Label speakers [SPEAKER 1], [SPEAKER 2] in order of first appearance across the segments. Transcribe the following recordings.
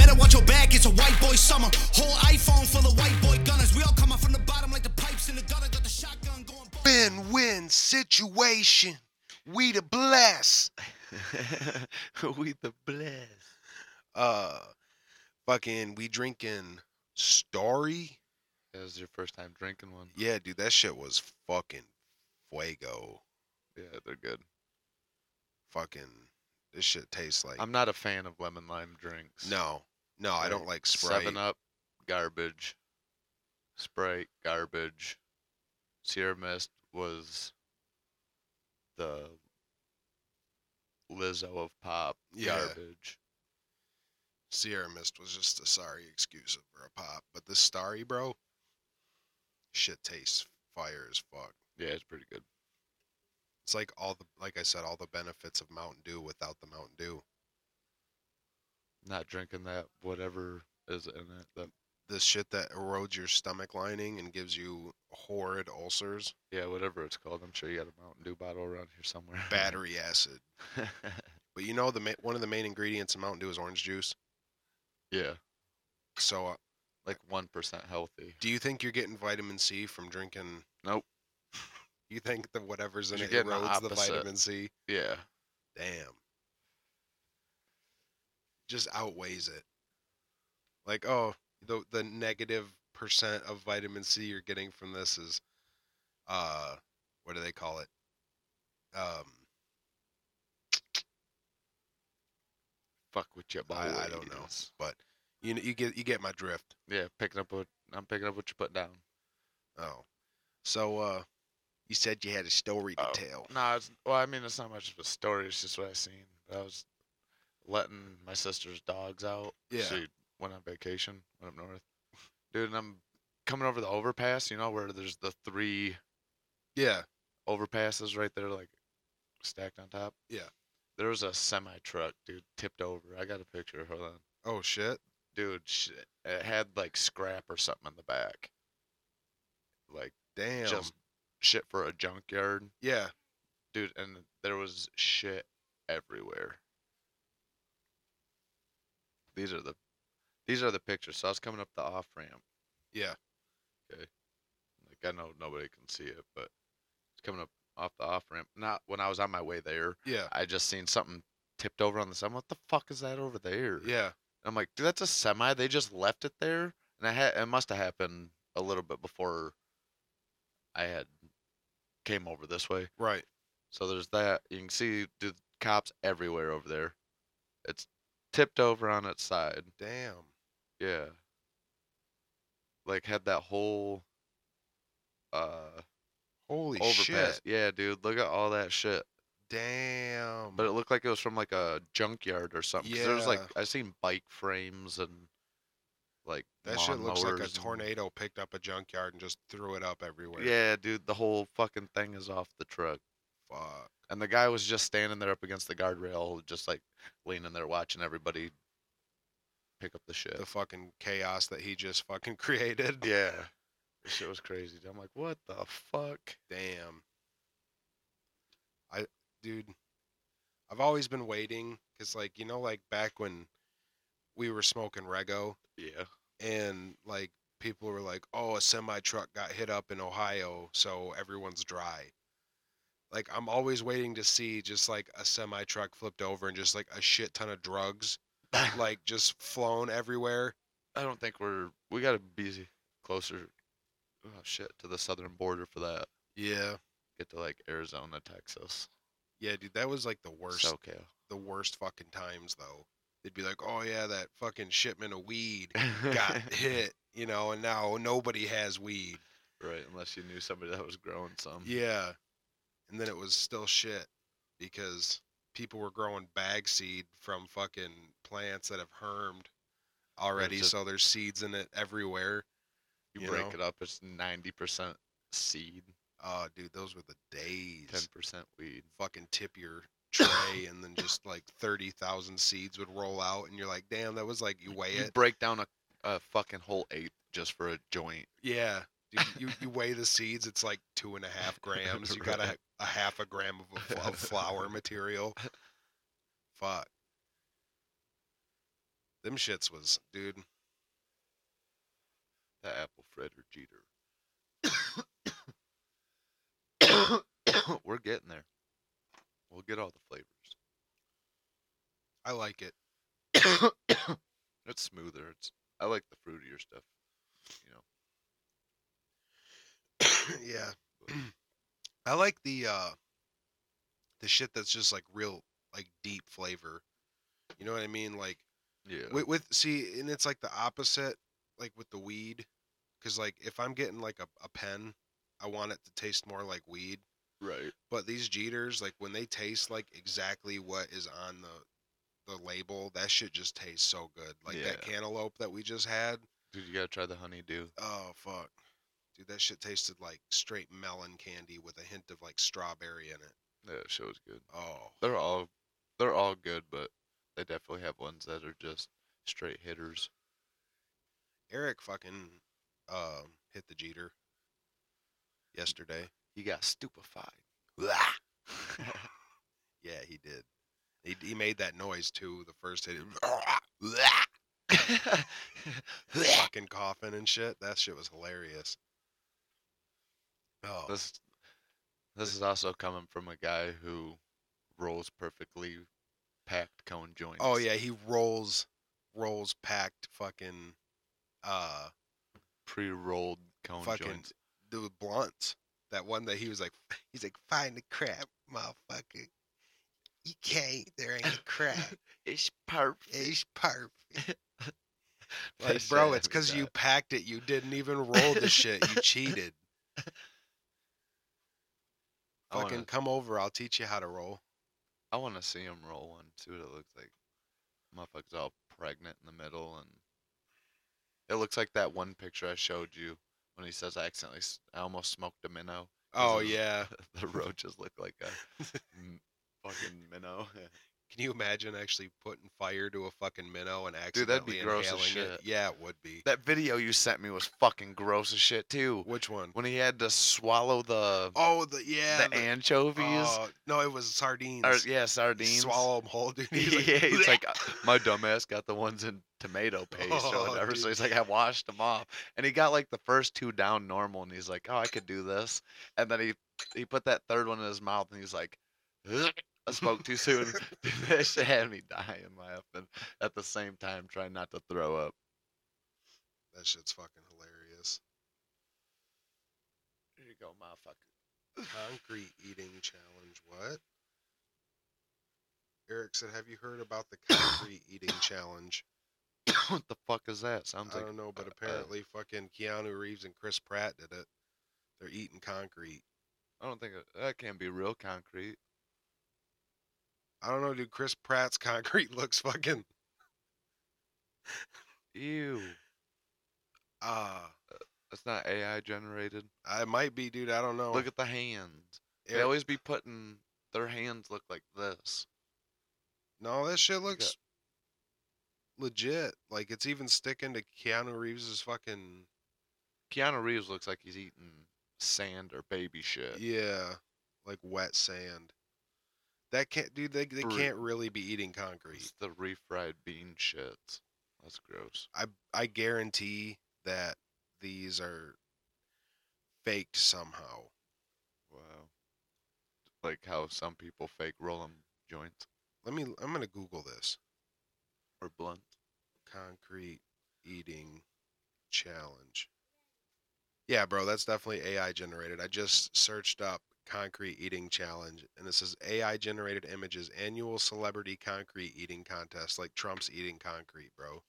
[SPEAKER 1] it's a white boy summer. Whole iPhone full of white boy gunners. We all coming from the bottom like the pipes in the gutter. Got the shotgun going.
[SPEAKER 2] Win win situation. We the bless.
[SPEAKER 3] we the bless.
[SPEAKER 2] Uh, fucking, we drinking Starry.
[SPEAKER 3] That was your first time drinking one.
[SPEAKER 2] Yeah, dude, that shit was fucking fuego.
[SPEAKER 3] Yeah, they're good.
[SPEAKER 2] Fucking, this shit tastes like.
[SPEAKER 3] I'm not a fan of lemon lime drinks.
[SPEAKER 2] no, no, I don't like Sprite.
[SPEAKER 3] Seven Up, garbage. Sprite, garbage. Sierra Mist was the Lizzo of pop,
[SPEAKER 2] Yeah.
[SPEAKER 3] garbage.
[SPEAKER 2] Sierra Mist was just a sorry excuse for a pop, but this Starry, bro, shit tastes fire as fuck.
[SPEAKER 3] Yeah, it's pretty good.
[SPEAKER 2] It's like all the, like I said, all the benefits of Mountain Dew without the Mountain Dew.
[SPEAKER 3] Not drinking that whatever is in it. That
[SPEAKER 2] The shit that erodes your stomach lining and gives you horrid ulcers.
[SPEAKER 3] yeah, whatever it's called. I'm sure you got a Mountain Dew bottle around here somewhere.
[SPEAKER 2] Battery acid. But you know the ma- one of the main ingredients in Mountain Dew is orange juice.
[SPEAKER 3] yeah,
[SPEAKER 2] So, uh,
[SPEAKER 3] like one percent healthy.
[SPEAKER 2] do you think you're getting vitamin C from drinking?
[SPEAKER 3] Nope.
[SPEAKER 2] You think that whatever's in
[SPEAKER 3] You're
[SPEAKER 2] it
[SPEAKER 3] getting the
[SPEAKER 2] erodes the
[SPEAKER 3] opposite.
[SPEAKER 2] vitamin C?
[SPEAKER 3] Yeah,
[SPEAKER 2] Damn. Just outweighs it. Like, oh, the the negative percent of vitamin C you're getting from this is, uh, what do they call it? Um,
[SPEAKER 3] fuck with your body.
[SPEAKER 2] I, I don't know, but you kn- you get you get my drift.
[SPEAKER 3] Yeah, picking up what I'm picking up what you put down.
[SPEAKER 2] Oh, so uh, you said you had a story to
[SPEAKER 3] Oh.
[SPEAKER 2] tell.
[SPEAKER 3] No, it's well, I mean it's not much of a story. It's just what I seen. I was letting my sister's dogs out.
[SPEAKER 2] Yeah.
[SPEAKER 3] she went on vacation, went up north, dude. And I'm coming over the overpass. You know where there's the three
[SPEAKER 2] Yeah,
[SPEAKER 3] overpasses right there, like stacked on top.
[SPEAKER 2] Yeah.
[SPEAKER 3] there was a semi truck, dude, tipped over. I got a picture. Hold on,
[SPEAKER 2] Oh shit.
[SPEAKER 3] dude. sh It had like scrap or something in the back, like
[SPEAKER 2] Damn.
[SPEAKER 3] just shit for a junkyard.
[SPEAKER 2] yeah.
[SPEAKER 3] dude and there was shit everywhere these are the these are the pictures so i was coming up the off ramp
[SPEAKER 2] Yeah.
[SPEAKER 3] like i know nobody can see it but it's coming up off the off ramp not when i was on my way there
[SPEAKER 2] Yeah.
[SPEAKER 3] i just seen something tipped over on the side I'm what the fuck is that over there
[SPEAKER 2] Yeah.
[SPEAKER 3] i'm like dude that's a semi they just left it there and i had it must have happened a little bit before i had came over this way
[SPEAKER 2] Right.
[SPEAKER 3] So there's that. You can see the cops everywhere over there. It's tipped over on its side.
[SPEAKER 2] Damn.
[SPEAKER 3] Yeah. Like had that whole uh
[SPEAKER 2] Holy
[SPEAKER 3] overpass.
[SPEAKER 2] shit.
[SPEAKER 3] Yeah, dude, look at all that shit.
[SPEAKER 2] Damn.
[SPEAKER 3] But it looked like it was from like a junkyard or something. 'cause There's like
[SPEAKER 2] Yeah.
[SPEAKER 3] I seen bike frames and like
[SPEAKER 2] that shit looks like
[SPEAKER 3] lawnmowers
[SPEAKER 2] a
[SPEAKER 3] and-
[SPEAKER 2] tornado picked up a junkyard and just threw it up everywhere.
[SPEAKER 3] Yeah, dude, the whole fucking thing is off the truck.
[SPEAKER 2] Fuck.
[SPEAKER 3] And the guy was just standing there up against the guardrail, just like leaning there watching everybody pick up the shit.
[SPEAKER 2] The fucking chaos that he just fucking created.
[SPEAKER 3] yeah. This shit was crazy. dude. I'm like, what the fuck?
[SPEAKER 2] Damn. I dude, I've always been waiting cuz like you know like back when we were smoking rego
[SPEAKER 3] Yeah.
[SPEAKER 2] and like people were like, "Oh, a semi truck got hit up in Ohio, so everyone's dry." Like I'm always waiting to see just like a semi truck flipped over and just like a shit ton of drugs
[SPEAKER 3] like,
[SPEAKER 2] like just flown everywhere.
[SPEAKER 3] I don't think we're, we got to be closer, oh shit, to the southern border for that.
[SPEAKER 2] Yeah.
[SPEAKER 3] Get to like Arizona, Texas,
[SPEAKER 2] Yeah, dude, that was like the worst
[SPEAKER 3] SoCal.
[SPEAKER 2] the worst fucking times though. They'd be like, "Oh yeah, that fucking shipment of weed got hit." You know, and now nobody has weed.
[SPEAKER 3] right, unless you knew somebody that was growing some.
[SPEAKER 2] Yeah. And then it was still shit because people were growing bag seed from fucking plants that have hermed already.
[SPEAKER 3] just-
[SPEAKER 2] So there's seeds in it everywhere.
[SPEAKER 3] You,
[SPEAKER 2] you
[SPEAKER 3] break
[SPEAKER 2] know?
[SPEAKER 3] it up, it's 90% seed,
[SPEAKER 2] Oh, dude, those were the days.
[SPEAKER 3] 10% weed.
[SPEAKER 2] Fucking tip your tray and then just like 30,000 seeds would roll out. And you're like, damn, that was like, you weigh
[SPEAKER 3] You
[SPEAKER 2] it.
[SPEAKER 3] break down a, a fucking whole eighth just for a joint.
[SPEAKER 2] Yeah. Dude, you, you weigh the seeds, it's like two and a half grams. You got a,
[SPEAKER 3] Right.
[SPEAKER 2] a half a gram of, a fl- of flour material. Fuck. Them shits was, dude,
[SPEAKER 3] the apple, Fred or Jeter. We're getting there. We'll get all the
[SPEAKER 2] I like it.
[SPEAKER 3] flavors. it's smoother. It's I like the fruitier stuff. You know,
[SPEAKER 2] yeah. I like the uh the shit that's just like real like deep flavor. You know what I mean? Like
[SPEAKER 3] yeah,
[SPEAKER 2] with, with see, and it's like the opposite, like with the weed, because like if I'm getting like a, a pen, I want it to taste more like weed.
[SPEAKER 3] right.
[SPEAKER 2] But these Jeters, like when they taste like exactly what is on the the label, that shit just tastes so good. Like that
[SPEAKER 3] Yeah.
[SPEAKER 2] cantaloupe that we just had.
[SPEAKER 3] Dude, you gotta try the honeydew.
[SPEAKER 2] Oh fuck, dude, that shit tasted like straight melon candy with a hint of like strawberry in it.
[SPEAKER 3] That shit was good.
[SPEAKER 2] Oh,
[SPEAKER 3] They're all they're all good, but they definitely have ones that are just straight hitters.
[SPEAKER 2] Eric fucking um hit the Jeter yesterday.
[SPEAKER 3] You got stupefied.
[SPEAKER 2] Yeah, he did. He, he made that noise too. The first hit, fucking coughing and shit. That shit was hilarious. Oh,
[SPEAKER 3] this this is also coming from a guy who rolls perfectly packed cone joints.
[SPEAKER 2] oh yeah, he rolls, rolls packed fucking, uh,
[SPEAKER 3] Pre-rolled cone
[SPEAKER 2] Fucking-
[SPEAKER 3] joints.
[SPEAKER 2] the blunts. That one that he was like, he's like, find the crap, motherfucker. You can't. There ain't a crap.
[SPEAKER 3] It's perfect.
[SPEAKER 2] It's perfect. Like, bro, it's because you packed it. You didn't even roll the shit. You cheated.
[SPEAKER 3] I wanna-
[SPEAKER 2] Fucking come over. I'll teach you how to roll.
[SPEAKER 3] I want to see him roll one. See what it looks like. Motherfucker's all pregnant in the middle, and it looks like that one picture I showed you when he says, "I accidentally, s- I almost smoked a minnow."
[SPEAKER 2] Oh,
[SPEAKER 3] it-
[SPEAKER 2] yeah.
[SPEAKER 3] the roaches look like a m- fucking minnow.
[SPEAKER 2] Can you imagine actually putting fire to a fucking minnow and
[SPEAKER 3] Dude, that'd
[SPEAKER 2] accidentally
[SPEAKER 3] be gross as
[SPEAKER 2] inhaling it?
[SPEAKER 3] shit.
[SPEAKER 2] Yeah, it would be.
[SPEAKER 3] that video you sent me was fucking gross as shit too.
[SPEAKER 2] Which one?
[SPEAKER 3] When he had to swallow the
[SPEAKER 2] Oh, the yeah,
[SPEAKER 3] the, anchovies
[SPEAKER 2] oh, no, it was sardines.
[SPEAKER 3] or yeah sardines.
[SPEAKER 2] Swallow them whole, dude. He's like,
[SPEAKER 3] yeah, he's like, "Uh, my dumbass got the ones in tomato paste
[SPEAKER 2] Oh,
[SPEAKER 3] or whatever. So
[SPEAKER 2] dude.
[SPEAKER 3] he's like, I washed them off, and he got like the first two down normal, and he's like, oh, I could do this, and then he he put that third one in his mouth, and he's like, "Ugh, I spoke too soon. Dude, that shit had me dying laughing at the same time, trying not to throw up.
[SPEAKER 2] that shit's fucking hilarious.
[SPEAKER 3] Here you go, motherfucker.
[SPEAKER 2] Concrete eating challenge. What? Eric said, "Have you heard about the concrete eating challenge?"
[SPEAKER 3] what the fuck is that? Sounds
[SPEAKER 2] I
[SPEAKER 3] like
[SPEAKER 2] don't know, but
[SPEAKER 3] uh, uh,
[SPEAKER 2] apparently, fucking Keanu Reeves and Chris Pratt did it. They're eating concrete.
[SPEAKER 3] I don't think it, that can be real concrete.
[SPEAKER 2] I don't know, dude. Chris Pratt's concrete looks fucking
[SPEAKER 3] Ew,
[SPEAKER 2] ah.
[SPEAKER 3] that's not AI generated.
[SPEAKER 2] I might be, dude. I don't know.
[SPEAKER 3] Look at the hands. They
[SPEAKER 2] Eric-
[SPEAKER 3] always be putting their hands look like this.
[SPEAKER 2] no, that shit
[SPEAKER 3] Look at-
[SPEAKER 2] looks legit. Like it's even sticking to Keanu Reeves's fucking
[SPEAKER 3] Keanu Reeves looks like he's eating sand or baby shit.
[SPEAKER 2] yeah, like wet sand. That can't, dude. They they
[SPEAKER 3] Brute.
[SPEAKER 2] can't really be eating concrete.
[SPEAKER 3] It's the refried bean shits. That's gross.
[SPEAKER 2] I I guarantee that these are faked somehow.
[SPEAKER 3] Wow. Like how some people fake rolling joints
[SPEAKER 2] Let me. I'm gonna Google this.
[SPEAKER 3] or blunt.
[SPEAKER 2] Concrete eating challenge. Yeah, bro, that's definitely AI generated. I just searched up concrete eating challenge, and it says AI generated images annual celebrity concrete eating contest, like Trump's eating concrete, bro.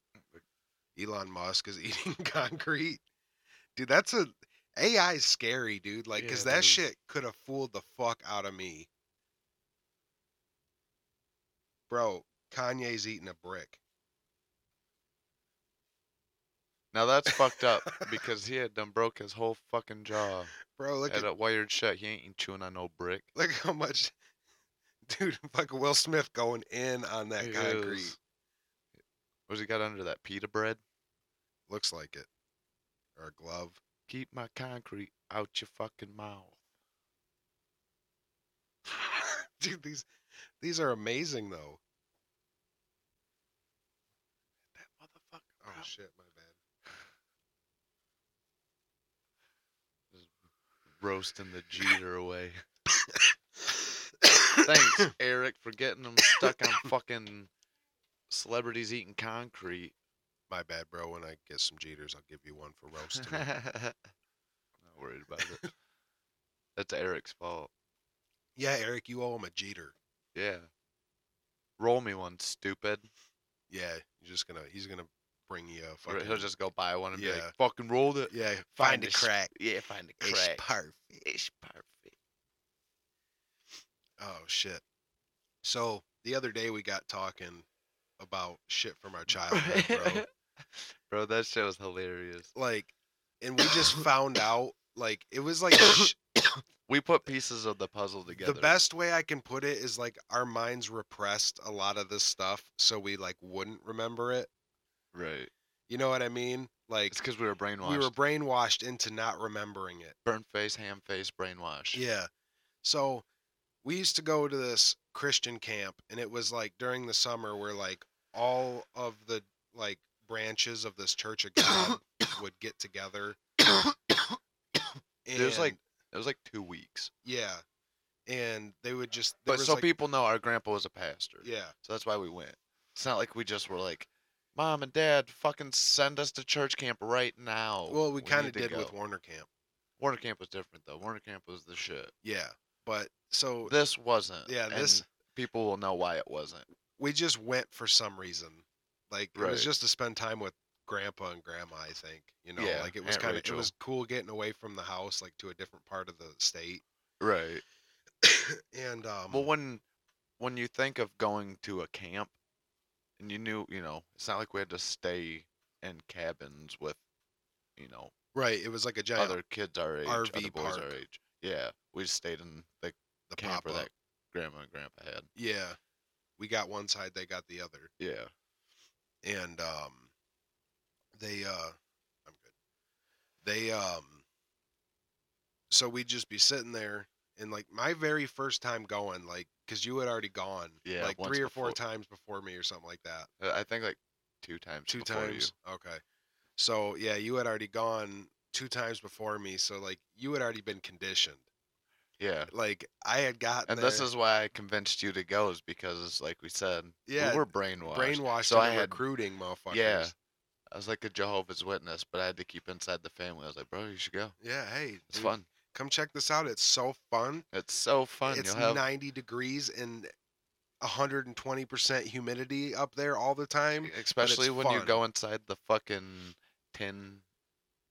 [SPEAKER 2] Elon Musk is eating concrete. Dude, that's a AI is scary, dude. Like,
[SPEAKER 3] Yeah,
[SPEAKER 2] cause
[SPEAKER 3] that
[SPEAKER 2] that
[SPEAKER 3] is.
[SPEAKER 2] shit could have fooled the fuck out of me. Bro, Kanye's eating a brick.
[SPEAKER 3] Now that's fucked up because he had done broke his whole fucking jaw
[SPEAKER 2] Bro, look
[SPEAKER 3] at
[SPEAKER 2] at
[SPEAKER 3] a wired shut. He ain't chewing on no brick.
[SPEAKER 2] look how much dude, fucking Will Smith going in on that
[SPEAKER 3] He
[SPEAKER 2] concrete.
[SPEAKER 3] is- What's he got under that pita bread?
[SPEAKER 2] Looks like it. Or a glove.
[SPEAKER 3] Keep my concrete out your fucking mouth.
[SPEAKER 2] Dude, these these are amazing though.
[SPEAKER 3] That motherfucker.
[SPEAKER 2] Oh shit, my bad.
[SPEAKER 3] roasting the Jeter away. Thanks, Eric, for getting them stuck on fucking celebrities eating concrete.
[SPEAKER 2] My bad, bro. When I get some Jeters, I'll give you one for roasting. it.
[SPEAKER 3] Not worried about it. That's Eric's fault.
[SPEAKER 2] yeah, Eric, you owe him a Jeter.
[SPEAKER 3] Yeah. Roll me one, stupid.
[SPEAKER 2] Yeah, you're just gonna. He's gonna bring you a
[SPEAKER 3] Or
[SPEAKER 2] fucking.
[SPEAKER 3] He'll just go buy one and be
[SPEAKER 2] Yeah.
[SPEAKER 3] like, fucking roll it.
[SPEAKER 2] yeah,
[SPEAKER 3] Find
[SPEAKER 2] find a
[SPEAKER 3] a s-
[SPEAKER 2] crack.
[SPEAKER 3] Yeah, find the
[SPEAKER 2] It's
[SPEAKER 3] crack.
[SPEAKER 2] perfect.
[SPEAKER 3] It's perfect.
[SPEAKER 2] Oh shit. So the other day we got talking about shit from our childhood, bro.
[SPEAKER 3] Bro, that shit was hilarious.
[SPEAKER 2] Like, and we just found out. Like it was like sh-
[SPEAKER 3] We put pieces of the puzzle together.
[SPEAKER 2] the best way I can put it is like our minds repressed a lot of this stuff, so we like wouldn't remember it.
[SPEAKER 3] Right.
[SPEAKER 2] You know what I mean? Like
[SPEAKER 3] It's because we were brainwashed.
[SPEAKER 2] we were brainwashed into not remembering it.
[SPEAKER 3] burn face, ham face, brainwashed.
[SPEAKER 2] Yeah. So we used to go to this Christian camp, and it was like during the summer where like all of the like branches of this Church of God would get together. and,
[SPEAKER 3] There's, like, It was like two weeks.
[SPEAKER 2] yeah, and they would just there
[SPEAKER 3] But
[SPEAKER 2] was,
[SPEAKER 3] so
[SPEAKER 2] like-
[SPEAKER 3] people know our grandpa was a pastor.
[SPEAKER 2] yeah
[SPEAKER 3] So that's why we went. It's not like we just were like, Mom and Dad, fucking send us to church camp right now.
[SPEAKER 2] well we kind
[SPEAKER 3] Oh, need
[SPEAKER 2] of
[SPEAKER 3] to
[SPEAKER 2] did with
[SPEAKER 3] go."
[SPEAKER 2] Warner Camp
[SPEAKER 3] Warner Camp was different though. Warner Camp was the shit.
[SPEAKER 2] yeah but so
[SPEAKER 3] This wasn't.
[SPEAKER 2] Yeah, this-
[SPEAKER 3] and people will know why it wasn't.
[SPEAKER 2] we just went for some reason like it
[SPEAKER 3] Right.
[SPEAKER 2] was just to spend time with grandpa and grandma I think you know
[SPEAKER 3] Yeah,
[SPEAKER 2] like it was
[SPEAKER 3] Aunt
[SPEAKER 2] kind of it
[SPEAKER 3] Rachel.
[SPEAKER 2] was cool getting away from the house like to a different part of the state
[SPEAKER 3] Right.
[SPEAKER 2] and um
[SPEAKER 3] Well, when when you think of going to a camp, and you knew, you know, it's not like we had to stay in cabins with, you know,
[SPEAKER 2] right it was like a giant
[SPEAKER 3] other kids our age,
[SPEAKER 2] RV
[SPEAKER 3] other boys our
[SPEAKER 2] park.
[SPEAKER 3] age. Yeah, we just stayed in the
[SPEAKER 2] the pop
[SPEAKER 3] camper that grandma and grandpa had.
[SPEAKER 2] yeah we got one side they got the other
[SPEAKER 3] Yeah.
[SPEAKER 2] and um they uh i'm good they um so we'd just be sitting there and like my very first time going like because you had already gone
[SPEAKER 3] Yeah,
[SPEAKER 2] like
[SPEAKER 3] once
[SPEAKER 2] three or four
[SPEAKER 3] before-
[SPEAKER 2] times before me or something like that
[SPEAKER 3] Uh, I think like two times.
[SPEAKER 2] two
[SPEAKER 3] before you.
[SPEAKER 2] times okay so yeah you had already gone two times before me so like you had already been conditioned
[SPEAKER 3] Yeah.
[SPEAKER 2] like i had gotten
[SPEAKER 3] And this
[SPEAKER 2] there-
[SPEAKER 3] is why I convinced you to go is because, like we said,
[SPEAKER 2] Yeah,
[SPEAKER 3] we were brainwashed.
[SPEAKER 2] brainwashed
[SPEAKER 3] So I
[SPEAKER 2] into
[SPEAKER 3] had,
[SPEAKER 2] recruiting motherfuckers.
[SPEAKER 3] yeah, I was like a Jehovah's Witness, but I had to keep inside the family. I was like, bro, you should go.
[SPEAKER 2] Yeah, hey.
[SPEAKER 3] It's
[SPEAKER 2] dude,
[SPEAKER 3] fun.
[SPEAKER 2] Come check this out. It's so fun.
[SPEAKER 3] It's so fun.
[SPEAKER 2] it's
[SPEAKER 3] You'll have
[SPEAKER 2] 90 degrees and 120% humidity up there all the time.
[SPEAKER 3] especially when you
[SPEAKER 2] fun.
[SPEAKER 3] go inside the fucking tin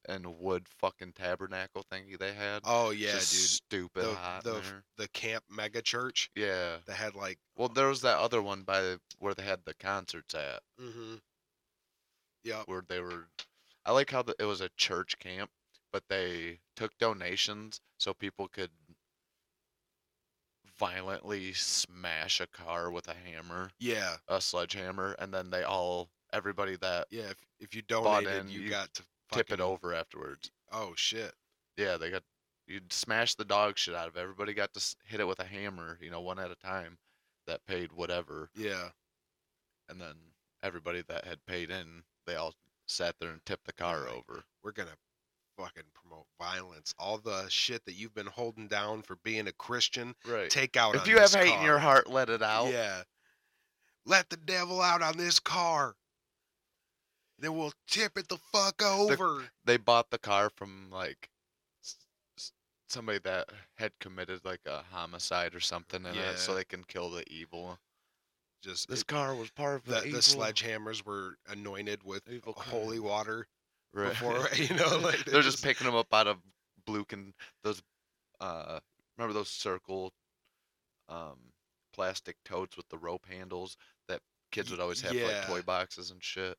[SPEAKER 3] and wood fucking tabernacle thingy they had.
[SPEAKER 2] Oh yeah,
[SPEAKER 3] Just Stupid
[SPEAKER 2] dude. The
[SPEAKER 3] hot. in
[SPEAKER 2] the
[SPEAKER 3] there.
[SPEAKER 2] the camp mega church
[SPEAKER 3] Yeah.
[SPEAKER 2] that had like
[SPEAKER 3] Well, there was that other one by the, where they had the concerts at,
[SPEAKER 2] mhm. Yep.
[SPEAKER 3] where they were. I like how the, it was a church camp, but they took donations so people could violently smash a car with a hammer,
[SPEAKER 2] Yeah.
[SPEAKER 3] a sledgehammer, and then they all, everybody that
[SPEAKER 2] Yeah, if, if you donated,
[SPEAKER 3] in,
[SPEAKER 2] you,
[SPEAKER 3] you
[SPEAKER 2] got to
[SPEAKER 3] tip it
[SPEAKER 2] fucking-
[SPEAKER 3] over afterwards.
[SPEAKER 2] Oh shit.
[SPEAKER 3] Yeah, they got you'd smash the dog shit out of it. everybody. Got to s- hit it with a hammer, you know, one at a time. That paid whatever,
[SPEAKER 2] Yeah.
[SPEAKER 3] and then everybody that had paid in, they all sat there and tipped the car over.
[SPEAKER 2] We're going to fucking promote violence. All the shit that you've been holding down for being a Christian,
[SPEAKER 3] Right.
[SPEAKER 2] take out
[SPEAKER 3] if
[SPEAKER 2] on
[SPEAKER 3] you have
[SPEAKER 2] this
[SPEAKER 3] hate
[SPEAKER 2] car.
[SPEAKER 3] in your heart, let it out.
[SPEAKER 2] Yeah. Let the devil out on this car. Then we'll tip it the fuck over.
[SPEAKER 3] They bought the car from like s- s- somebody that had committed like a homicide or something in it, so
[SPEAKER 2] Yeah.
[SPEAKER 3] they can kill the evil.
[SPEAKER 2] Just
[SPEAKER 3] This
[SPEAKER 2] this
[SPEAKER 3] car was part of
[SPEAKER 2] the, the
[SPEAKER 3] evil-
[SPEAKER 2] sledgehammers were anointed with
[SPEAKER 3] evil crime.
[SPEAKER 2] holy water
[SPEAKER 3] Right.
[SPEAKER 2] before you know like
[SPEAKER 3] they're just picking them up out of blue can those uh remember those circle um plastic totes with the rope handles that kids
[SPEAKER 2] Y-
[SPEAKER 3] would always have for, like
[SPEAKER 2] yeah.
[SPEAKER 3] toy boxes and shit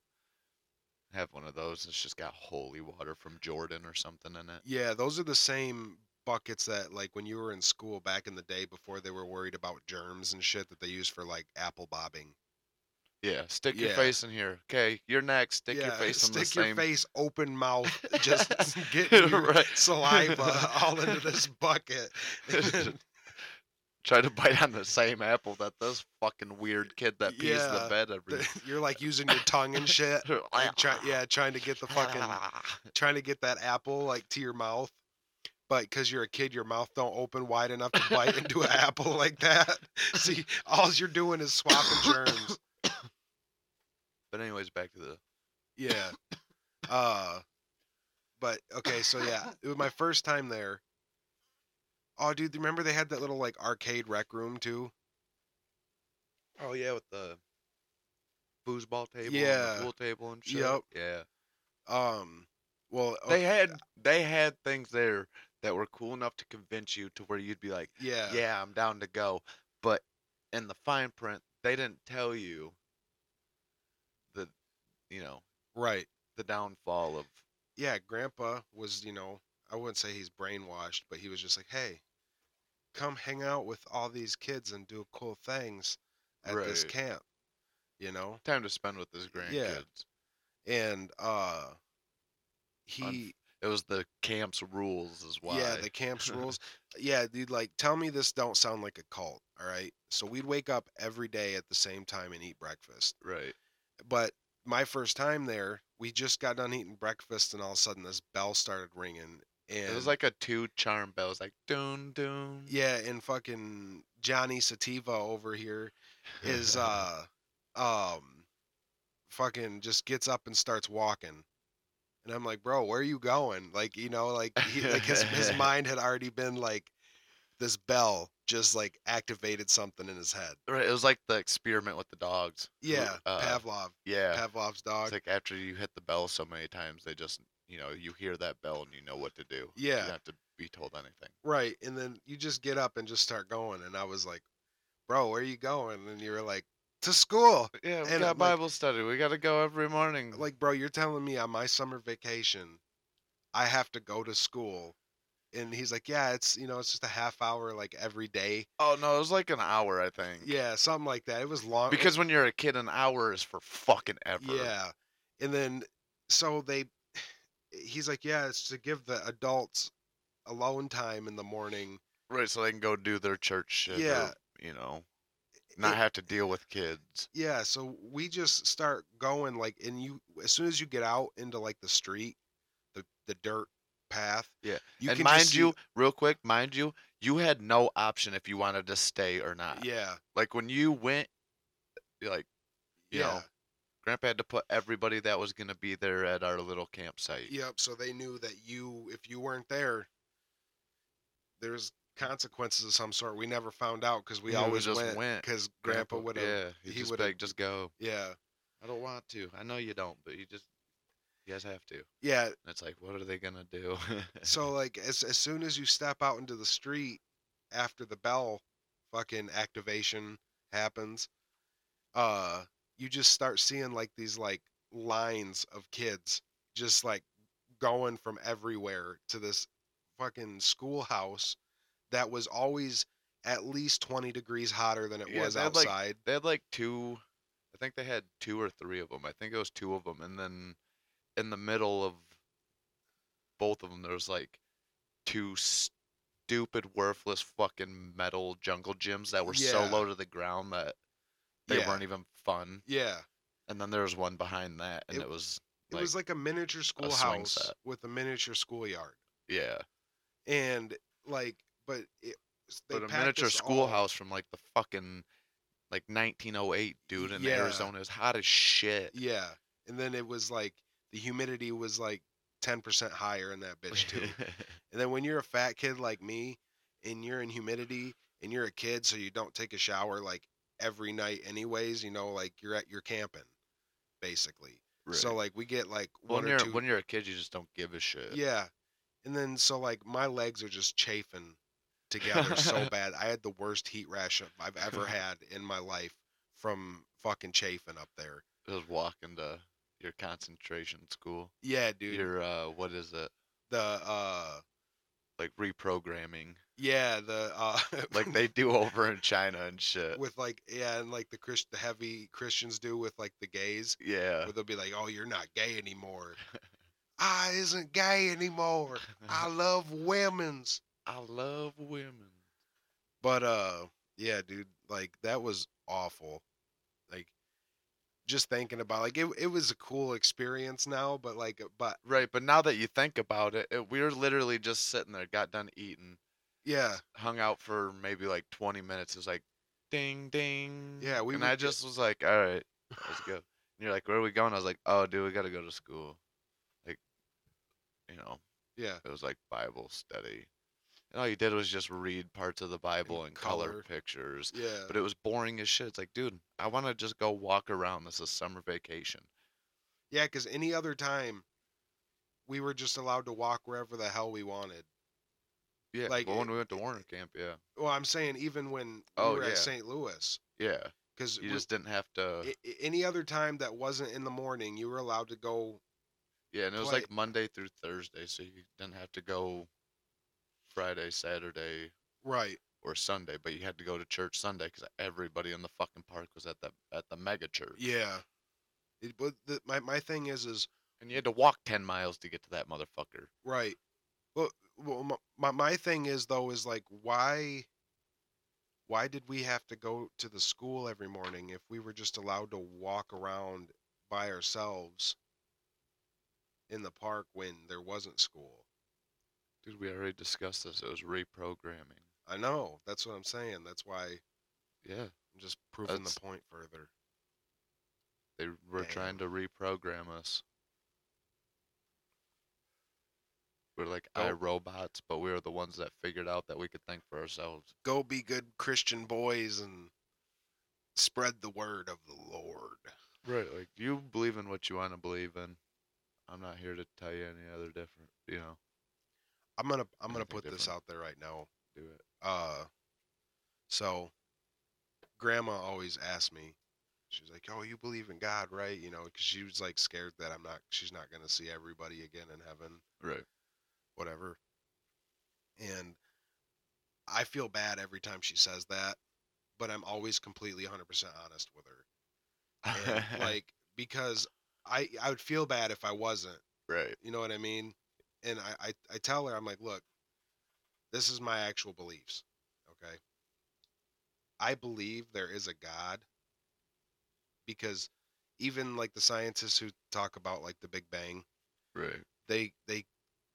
[SPEAKER 3] have one of those and it's just got holy water from jordan or something in it
[SPEAKER 2] Yeah, those are the same buckets that like when you were in school back in the day before they were worried about germs and shit that they used for like apple bobbing.
[SPEAKER 3] yeah stick your
[SPEAKER 2] Yeah.
[SPEAKER 3] face in here okay you're next stick your
[SPEAKER 2] Yeah,
[SPEAKER 3] face in
[SPEAKER 2] stick
[SPEAKER 3] the same
[SPEAKER 2] your face open mouth just get your
[SPEAKER 3] Right.
[SPEAKER 2] saliva all into this bucket.
[SPEAKER 3] try to bite on the same apple that this fucking weird kid that pees the
[SPEAKER 2] Yeah,
[SPEAKER 3] bed every
[SPEAKER 2] You're like using your tongue and shit. Like, try, yeah, trying to get the fucking trying to get that apple like to your mouth. but because you're a kid, your mouth don't open wide enough to bite into an apple like that. See, all you're doing is swapping germs.
[SPEAKER 3] But anyways, back to the
[SPEAKER 2] Yeah. Uh, but okay, so yeah, it was my first time there. Oh, dude, remember they had that little like arcade rec room too?
[SPEAKER 3] oh yeah with the foosball table, and
[SPEAKER 2] Yeah.
[SPEAKER 3] the pool table and shit.
[SPEAKER 2] Yep.
[SPEAKER 3] Yeah,
[SPEAKER 2] Um, well,
[SPEAKER 3] they
[SPEAKER 2] okay,
[SPEAKER 3] had they had things there that were cool enough to convince you to where you'd be like,
[SPEAKER 2] yeah,
[SPEAKER 3] yeah, I'm down to go. But in the fine print, they didn't tell you the you know
[SPEAKER 2] right.
[SPEAKER 3] the downfall of
[SPEAKER 2] yeah, grandpa was, you know, I wouldn't say he's brainwashed, but he was just like, hey, come hang out with all these kids and do cool things at this
[SPEAKER 3] Right.
[SPEAKER 2] camp, you know?
[SPEAKER 3] time to spend with his grandkids.
[SPEAKER 2] Yeah. And uh he
[SPEAKER 3] It was the camp's rules as well.
[SPEAKER 2] yeah, the camp's rules. Yeah, dude, like tell me this don't sound like a cult, all right? So we'd wake up every day at the same time and eat breakfast.
[SPEAKER 3] right.
[SPEAKER 2] But my first time there, we just got done eating breakfast and all of a sudden this bell started ringing and
[SPEAKER 3] It was like a two charm bell. It was like doon doon.
[SPEAKER 2] Yeah, and fucking Johnny Sativa over here is uh um fucking just gets up and starts walking. And I'm like, bro, where are you going? Like, you know, like he, like his his mind had already been like this bell just like activated something in his head.
[SPEAKER 3] Right. It was like the experiment with the dogs. who-
[SPEAKER 2] Yeah,
[SPEAKER 3] uh,
[SPEAKER 2] Pavlov,
[SPEAKER 3] Yeah.
[SPEAKER 2] Pavlov's dog.
[SPEAKER 3] It's like after you hit the bell so many times, they just you know you hear that bell and you know what to do. You
[SPEAKER 2] Yeah.
[SPEAKER 3] don't have to be told anything.
[SPEAKER 2] Right. And then you just get up and just start going. And I was like, bro, where are you going? And you were like, to school.
[SPEAKER 3] Yeah, we
[SPEAKER 2] And, like-
[SPEAKER 3] got Bible study. We got to go every morning.
[SPEAKER 2] like bro you're telling me on my summer vacation i have to go to school and he's like yeah it's you know it's just a half hour like every day
[SPEAKER 3] oh no, it was like an hour, I think.
[SPEAKER 2] yeah something like that it was long
[SPEAKER 3] Mm. Because when you're a kid, an hour is for fucking ever.
[SPEAKER 2] yeah and then so they he's like yeah it's to give the adults alone time in the morning
[SPEAKER 3] Right. So they can go do their church shit. or,
[SPEAKER 2] Yeah.
[SPEAKER 3] you know, not have to deal with kids.
[SPEAKER 2] yeah so we just start going like and you as soon as you get out into like the street the the dirt path
[SPEAKER 3] Yeah.
[SPEAKER 2] you
[SPEAKER 3] and
[SPEAKER 2] can just
[SPEAKER 3] mind
[SPEAKER 2] see-
[SPEAKER 3] you, real quick, mind you, you had no option if you wanted to stay or not.
[SPEAKER 2] yeah
[SPEAKER 3] Like when you went, you're like, you
[SPEAKER 2] yeah
[SPEAKER 3] know, Grandpa had to put everybody that was gonna be there at our little campsite.
[SPEAKER 2] Yep. So they knew that you, if you weren't there, there's consequences of some sort. We never found out because we
[SPEAKER 3] Yeah, we
[SPEAKER 2] always
[SPEAKER 3] just
[SPEAKER 2] went,
[SPEAKER 3] went.
[SPEAKER 2] because Grandpa would have. Yeah.
[SPEAKER 3] Yeah, he'd
[SPEAKER 2] he
[SPEAKER 3] just
[SPEAKER 2] would've-
[SPEAKER 3] be like, just go.
[SPEAKER 2] yeah.
[SPEAKER 3] I don't want to. I know you don't, but you just, you guys have to. And it's like, what are they gonna do?
[SPEAKER 2] So like, as as soon as you step out into the street after the bell, fucking activation happens, uh, you just start seeing like these like lines of kids just like going from everywhere to this fucking schoolhouse that was always at least 20 degrees hotter than it
[SPEAKER 3] Yeah,
[SPEAKER 2] was
[SPEAKER 3] they had, like-
[SPEAKER 2] outside.
[SPEAKER 3] they had like two i think they had two or three of them i think it was two of them and then in the middle of both of them there was like two stupid worthless fucking metal jungle gyms that were so
[SPEAKER 2] Yeah.
[SPEAKER 3] low to the ground that they
[SPEAKER 2] Yeah.
[SPEAKER 3] weren't even fun
[SPEAKER 2] yeah.
[SPEAKER 3] and then there was one behind that and
[SPEAKER 2] It-
[SPEAKER 3] it, was
[SPEAKER 2] It
[SPEAKER 3] like,
[SPEAKER 2] was like a miniature
[SPEAKER 3] swing
[SPEAKER 2] schoolhouse
[SPEAKER 3] set.
[SPEAKER 2] with a miniature schoolyard.
[SPEAKER 3] yeah
[SPEAKER 2] And like, but it, they
[SPEAKER 3] but a
[SPEAKER 2] packed
[SPEAKER 3] miniature
[SPEAKER 2] us all-
[SPEAKER 3] schoolhouse from like the fucking like 1908 dude in
[SPEAKER 2] Yeah.
[SPEAKER 3] arizona it was hot as shit
[SPEAKER 2] Yeah. And then it was like the humidity was like 10% higher in that bitch too. and then when you're a fat kid like me and you're in humidity and you're a kid so you don't take a shower like every night anyways, you know, like you're at you're camping basically. So like we get like
[SPEAKER 3] Well,
[SPEAKER 2] one
[SPEAKER 3] when
[SPEAKER 2] or
[SPEAKER 3] you're
[SPEAKER 2] two
[SPEAKER 3] when you're a kid, you just don't give a shit.
[SPEAKER 2] Yeah. And then so like my legs are just chafing together so bad. I had the worst heat rash I've ever had in my life from fucking chafing up there.
[SPEAKER 3] just walking to your concentration school.
[SPEAKER 2] Yeah, dude.
[SPEAKER 3] Your uh, what is it?
[SPEAKER 2] the uh
[SPEAKER 3] Like reprogramming,
[SPEAKER 2] yeah the uh
[SPEAKER 3] like they do over in China and shit.
[SPEAKER 2] with like yeah and like the Christ the heavy Christians do with like the gays
[SPEAKER 3] Yeah.
[SPEAKER 2] where they'll be like oh you're not gay anymore I isn't gay anymore I love women's
[SPEAKER 3] I love women.
[SPEAKER 2] but uh yeah dude like that was awful like just thinking about like it, it was a cool experience now, but like but
[SPEAKER 3] Right, but now that you think about it, it, we were literally just sitting there, got done eating,
[SPEAKER 2] yeah,
[SPEAKER 3] hung out for maybe like 20 minutes. It was like, ding, ding.
[SPEAKER 2] Yeah, we
[SPEAKER 3] and
[SPEAKER 2] would
[SPEAKER 3] I
[SPEAKER 2] get-
[SPEAKER 3] just was like, all right, let's go. And you're like, where are we going? I was like, oh, dude, we got to go to school. Like, you know,
[SPEAKER 2] yeah.
[SPEAKER 3] it was like Bible study. And all you did was just read parts of the Bible and, color.
[SPEAKER 2] color.
[SPEAKER 3] pictures.
[SPEAKER 2] Yeah.
[SPEAKER 3] But it was boring as shit. It's like, dude, I want to just go walk around. This is summer vacation.
[SPEAKER 2] Yeah, because any other time, we were just allowed to walk wherever the hell we wanted.
[SPEAKER 3] Yeah,
[SPEAKER 2] Like,
[SPEAKER 3] like when
[SPEAKER 2] it-
[SPEAKER 3] we went to Warner Camp, yeah,
[SPEAKER 2] Well, I'm saying even when we
[SPEAKER 3] Oh,
[SPEAKER 2] were
[SPEAKER 3] yeah.
[SPEAKER 2] at St. Louis,
[SPEAKER 3] yeah,
[SPEAKER 2] because
[SPEAKER 3] you just uh didn't have to.
[SPEAKER 2] any other time that wasn't in the morning, you were allowed to go.
[SPEAKER 3] Yeah, and it was
[SPEAKER 2] play-
[SPEAKER 3] like Monday through Thursday, so you didn't have to go Friday, Saturday,
[SPEAKER 2] Right.
[SPEAKER 3] or Sunday, but you had to go to church Sunday because everybody in the fucking park was at the at the mega church.
[SPEAKER 2] Yeah. It, but the, my my thing is is
[SPEAKER 3] and you had to walk ten miles to get to that motherfucker.
[SPEAKER 2] right. Well, well my- my my thing is though is like why. Why did we have to go to the school every morning if we were just allowed to walk around by ourselves in the park when there wasn't school?
[SPEAKER 3] Dude, we already discussed this. It was reprogramming.
[SPEAKER 2] I know. That's what I'm saying. That's why I'm
[SPEAKER 3] Yeah,
[SPEAKER 2] just proving
[SPEAKER 3] That's-
[SPEAKER 2] the point further.
[SPEAKER 3] they were trying to reprogram us. We're like
[SPEAKER 2] Go-
[SPEAKER 3] iRobots, but we were the ones that figured out that we could think for ourselves.
[SPEAKER 2] Go be good Christian boys and spread the word of the Lord.
[SPEAKER 3] Right, like you believe in what you want to believe in. I'm not here to tell you any other different. You know,
[SPEAKER 2] I'm gonna I'm gonna
[SPEAKER 3] Anything
[SPEAKER 2] put this
[SPEAKER 3] different?
[SPEAKER 2] out there right now.
[SPEAKER 3] do it.
[SPEAKER 2] Uh so grandma always asked me she's like oh you believe in god right you know because she was like scared that i'm not she's not going to see everybody again in heaven
[SPEAKER 3] Right.
[SPEAKER 2] whatever. And I feel bad every time she says that, but I'm always completely 100% honest with her. And, like because I I would feel bad if I wasn't.
[SPEAKER 3] right.
[SPEAKER 2] You know what I mean? And I I, I tell her I'm like, "Look, this is my actual beliefs." Okay? I believe there is a God because even like the scientists who talk about like the Big Bang
[SPEAKER 3] Right.
[SPEAKER 2] they they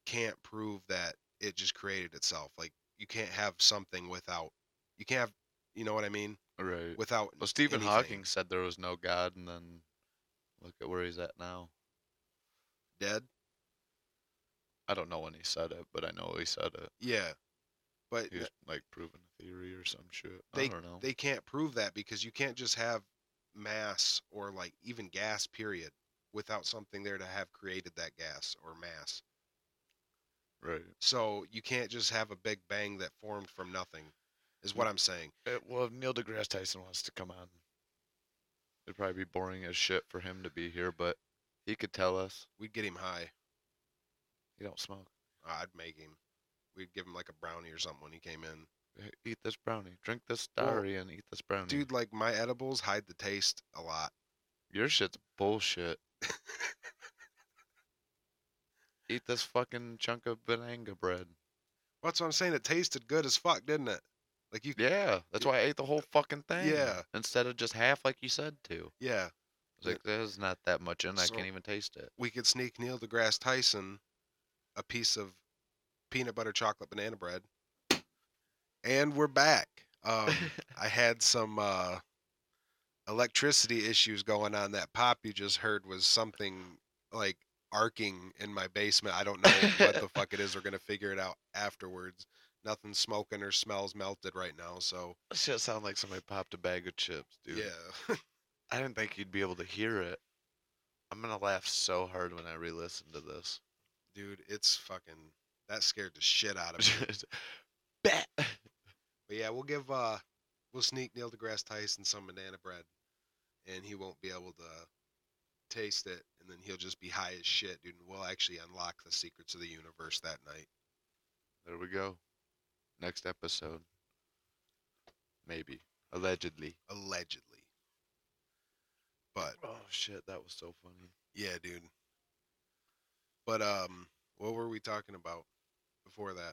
[SPEAKER 2] can't prove that it just created itself. Like you can't have something without you can't have you know what I mean?
[SPEAKER 3] Right.
[SPEAKER 2] Without
[SPEAKER 3] well, Stephen
[SPEAKER 2] anything.
[SPEAKER 3] Hawking said there was no God, and then look at where he's at now.
[SPEAKER 2] dead.
[SPEAKER 3] I don't know when he said it, but I know he said it.
[SPEAKER 2] Yeah. But
[SPEAKER 3] He
[SPEAKER 2] th-
[SPEAKER 3] was like proving a theory or some shit. I
[SPEAKER 2] They-
[SPEAKER 3] don't know.
[SPEAKER 2] they can't prove that because you can't just have mass or like even gas period without something there to have created that gas or mass.
[SPEAKER 3] right.
[SPEAKER 2] So you can't just have a big bang that formed from nothing is what I'm saying.
[SPEAKER 3] Uh, well, if Neil deGrasse Tyson wants to come on, it'd probably be boring as shit for him to be here, but he could tell us.
[SPEAKER 2] We'd get him high.
[SPEAKER 3] He don't smoke.
[SPEAKER 2] I'd make him. We'd give him like a brownie or something when he came in.
[SPEAKER 3] "Hey, Eat this brownie. Drink this
[SPEAKER 2] Well,
[SPEAKER 3] diary and eat this brownie.
[SPEAKER 2] dude like my edibles hide the taste a lot
[SPEAKER 3] Your shit's bullshit. Eat this fucking chunk of bananga bread.
[SPEAKER 2] that's what i'm saying it tasted good as fuck didn't it like you yeah,
[SPEAKER 3] Yeah, that's why I ate the whole fucking thing.
[SPEAKER 2] Yeah.
[SPEAKER 3] Instead of just half like you said to. It's
[SPEAKER 2] Yeah.
[SPEAKER 3] like, there's not that much in. I
[SPEAKER 2] So-
[SPEAKER 3] can't even taste it.
[SPEAKER 2] we could sneak neil degrasse tyson a piece of peanut butter chocolate banana bread and we're back um, i had some uh, electricity issues going on that pop you just heard was something like arcing in my basement i don't know what the fuck it is we're gonna figure it out afterwards nothing's smoking or smells melted right now so
[SPEAKER 3] That shit sound like somebody popped a bag of chips, dude.
[SPEAKER 2] yeah
[SPEAKER 3] I didn't think you'd be able to hear it. I'm gonna laugh so hard when I re-listen to this.
[SPEAKER 2] dude it's fucking that scared the shit out of me
[SPEAKER 3] Bet.
[SPEAKER 2] but yeah we'll give uh we'll sneak neil degrasse tyson some banana bread and he won't be able to taste it and then he'll just be high as shit dude and we'll actually unlock the secrets of the universe that night
[SPEAKER 3] There we go. Next episode. Maybe. Allegedly.
[SPEAKER 2] allegedly but
[SPEAKER 3] Oh shit, that was so funny.
[SPEAKER 2] yeah dude but um what were we talking about before that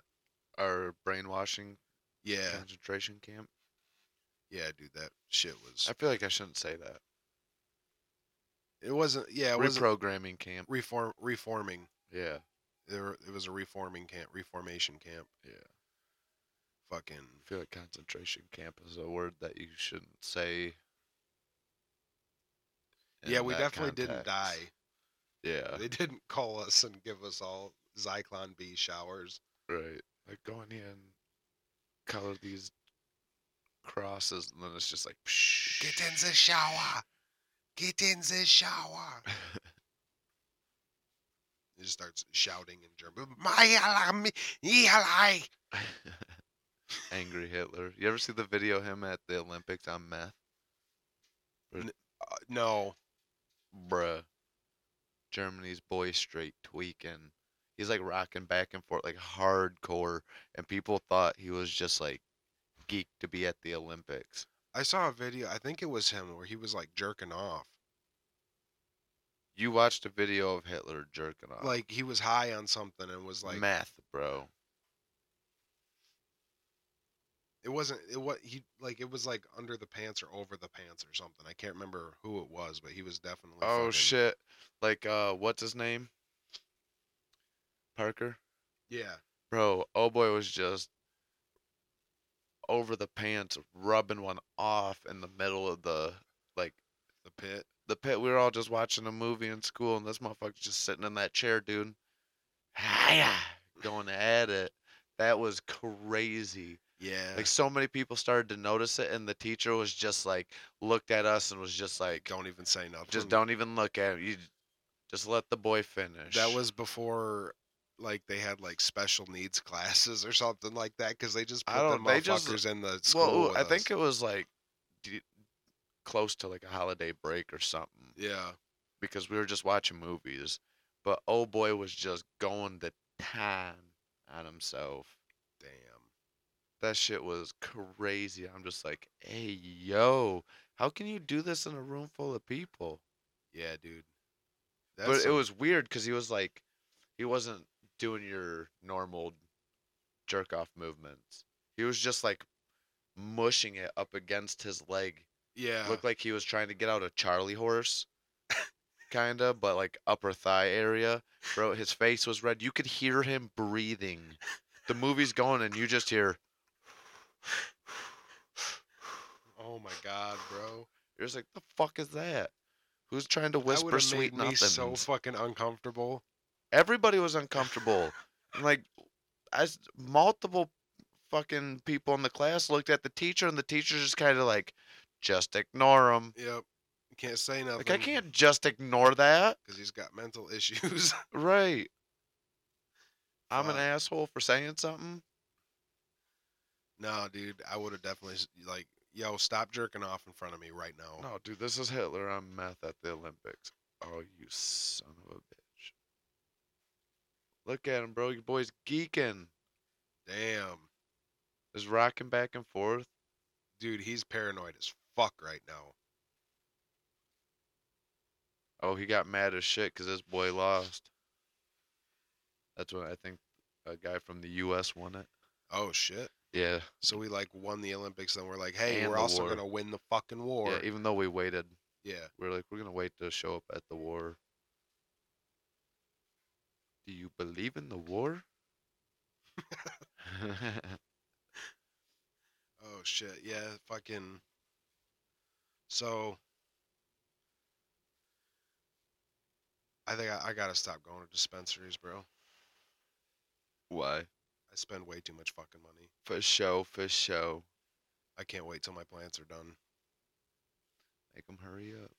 [SPEAKER 3] Our brainwashing
[SPEAKER 2] yeah
[SPEAKER 3] concentration camp.
[SPEAKER 2] yeah dude that shit was
[SPEAKER 3] I feel like I shouldn't say that.
[SPEAKER 2] It wasn't. Yeah, it wasn't
[SPEAKER 3] Reprogramming camp.
[SPEAKER 2] reform reforming.
[SPEAKER 3] Yeah.
[SPEAKER 2] There, were- it was a reforming camp, reformation camp.
[SPEAKER 3] Yeah.
[SPEAKER 2] Fucking
[SPEAKER 3] I feel like concentration camp is a word that you shouldn't say.
[SPEAKER 2] yeah,
[SPEAKER 3] in
[SPEAKER 2] we
[SPEAKER 3] that
[SPEAKER 2] definitely didn't die.
[SPEAKER 3] context. Yeah.
[SPEAKER 2] They didn't call us and give us all Zyklon B showers.
[SPEAKER 3] Right. Like going in, color these crosses, and then it's just like, psh.
[SPEAKER 2] Get in the shower. Get in the shower. He just starts shouting in German. "My alarm, ye alarm."
[SPEAKER 3] Angry Hitler. You ever see the video of him at the Olympics on meth?
[SPEAKER 2] Uh, No,
[SPEAKER 3] Bruh. Germany's boy straight tweaking. He's like rocking back and forth like hardcore, and people thought he was just like geek to be at the Olympics.
[SPEAKER 2] I saw a video. I think it was him where he was like jerking off.
[SPEAKER 3] You watched a video of Hitler jerking off.
[SPEAKER 2] Like he was high on something and was like,
[SPEAKER 3] meth, bro.
[SPEAKER 2] it wasn't it what he like it was like under the pants or over the pants or something. I can't remember who it was, but he was definitely.
[SPEAKER 3] Oh
[SPEAKER 2] fucking-
[SPEAKER 3] shit! Like, uh, what's his name? Parker,
[SPEAKER 2] Yeah,
[SPEAKER 3] bro. Oh boy, was just over the pants, rubbing one off in the middle of the like
[SPEAKER 2] the pit.
[SPEAKER 3] the pit. We were all just watching a movie in school, and this motherfucker's just sitting in that chair, dude. Hiya, going at it. That was crazy.
[SPEAKER 2] Yeah,
[SPEAKER 3] Like so many people started to notice it, and the teacher was just like looked at us and was just like,
[SPEAKER 2] don't even say nothing.
[SPEAKER 3] just don't even look at him. You j- just let the boy finish.
[SPEAKER 2] That was before. Like they had like special needs classes or something like that because they just put
[SPEAKER 3] I
[SPEAKER 2] them
[SPEAKER 3] don't- they
[SPEAKER 2] motherfuckers
[SPEAKER 3] just-
[SPEAKER 2] in the school.
[SPEAKER 3] well.
[SPEAKER 2] with
[SPEAKER 3] I
[SPEAKER 2] us.
[SPEAKER 3] think it was like d- close to like a holiday break or something
[SPEAKER 2] yeah,
[SPEAKER 3] because we were just watching movies. But old boy was just going the time on himself.
[SPEAKER 2] damn.
[SPEAKER 3] That shit was crazy. I'm just like, hey yo, how can you do this in a room full of people?
[SPEAKER 2] Yeah, dude.
[SPEAKER 3] but it
[SPEAKER 2] some-
[SPEAKER 3] was weird because he was like, he wasn't doing your normal jerk off movements. He was just like mushing it up against his leg.
[SPEAKER 2] yeah.
[SPEAKER 3] Looked like he was trying to get out a Charlie horse, kinda, but like upper thigh area. Bro, his face was red. You could hear him breathing. The movie's going, and you just hear.
[SPEAKER 2] oh my god, bro.
[SPEAKER 3] You're just like, the fuck is that? Who's trying to
[SPEAKER 2] That
[SPEAKER 3] whisper
[SPEAKER 2] would've
[SPEAKER 3] sweet
[SPEAKER 2] made me
[SPEAKER 3] nothings?
[SPEAKER 2] so fucking uncomfortable.
[SPEAKER 3] Everybody was uncomfortable. And, like, as multiple fucking people in the class looked at the teacher, and the teacher just kind of like, just ignore him.
[SPEAKER 2] Yep. Can't say nothing.
[SPEAKER 3] Like, I can't just ignore that,
[SPEAKER 2] because he's got mental issues.
[SPEAKER 3] right? I'm an
[SPEAKER 2] Fuck.
[SPEAKER 3] asshole for saying something.
[SPEAKER 2] no, dude, I would have definitely s- like, yo, stop jerking off in front of me right now.
[SPEAKER 3] No, dude, this is Hitler on meth at the Olympics. Oh, you son of a bitch! Look at him, bro. Your boy's geeking.
[SPEAKER 2] Damn,
[SPEAKER 3] Is rocking back and forth.
[SPEAKER 2] dude, he's paranoid as fuck right now.
[SPEAKER 3] Oh, he got mad as shit because his boy lost. That's when I think a guy from the U.S. won it.
[SPEAKER 2] Oh shit.
[SPEAKER 3] Yeah,
[SPEAKER 2] So we like won the Olympics, and we're like, hey,
[SPEAKER 3] And
[SPEAKER 2] we're
[SPEAKER 3] the
[SPEAKER 2] also
[SPEAKER 3] war.
[SPEAKER 2] gonna win the fucking war.
[SPEAKER 3] yeah. Even though we waited,
[SPEAKER 2] Yeah.
[SPEAKER 3] we are like, we're gonna wait to show up at the war. Do you believe in the war?
[SPEAKER 2] Oh shit. Yeah. Fucking. So. I think I, I gotta stop going to dispensaries, bro.
[SPEAKER 3] Why?
[SPEAKER 2] I spend way too much fucking money.
[SPEAKER 3] For show, for show.
[SPEAKER 2] I can't wait till my plants are done.
[SPEAKER 3] Make them hurry up.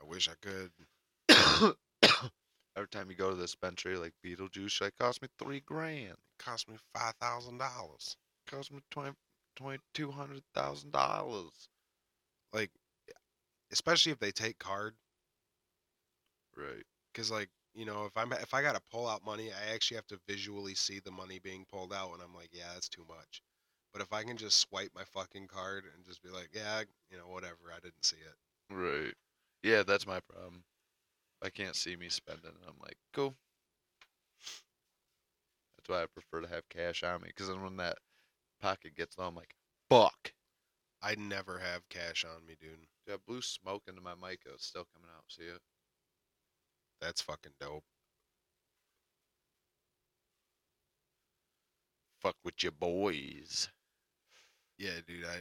[SPEAKER 2] I wish I could.
[SPEAKER 3] Every time you go to the dispensary, like Beetlejuice, that cost me three grand.
[SPEAKER 2] cost me five thousand dollars.
[SPEAKER 3] Cost me twenty, twenty two hundred thousand dollars.
[SPEAKER 2] Like, especially if they take card,
[SPEAKER 3] Right.
[SPEAKER 2] because like you know, if I'm if I gotta pull out money, I actually have to visually see the money being pulled out, and I'm like, yeah, that's too much. But if I can just swipe my fucking card and just be like, yeah, you know, whatever, I didn't see it.
[SPEAKER 3] Right. Yeah, that's my problem. I can't see me spending. and I'm like, cool. That's why I prefer to have cash on me, because then when that pocket gets low, I'm like, fuck.
[SPEAKER 2] I never have cash on me, dude.
[SPEAKER 3] Dude, I blew smoke into my mic. It was still coming out. See it?
[SPEAKER 2] That's fucking dope.
[SPEAKER 3] Fuck with your boys.
[SPEAKER 2] Yeah, dude, I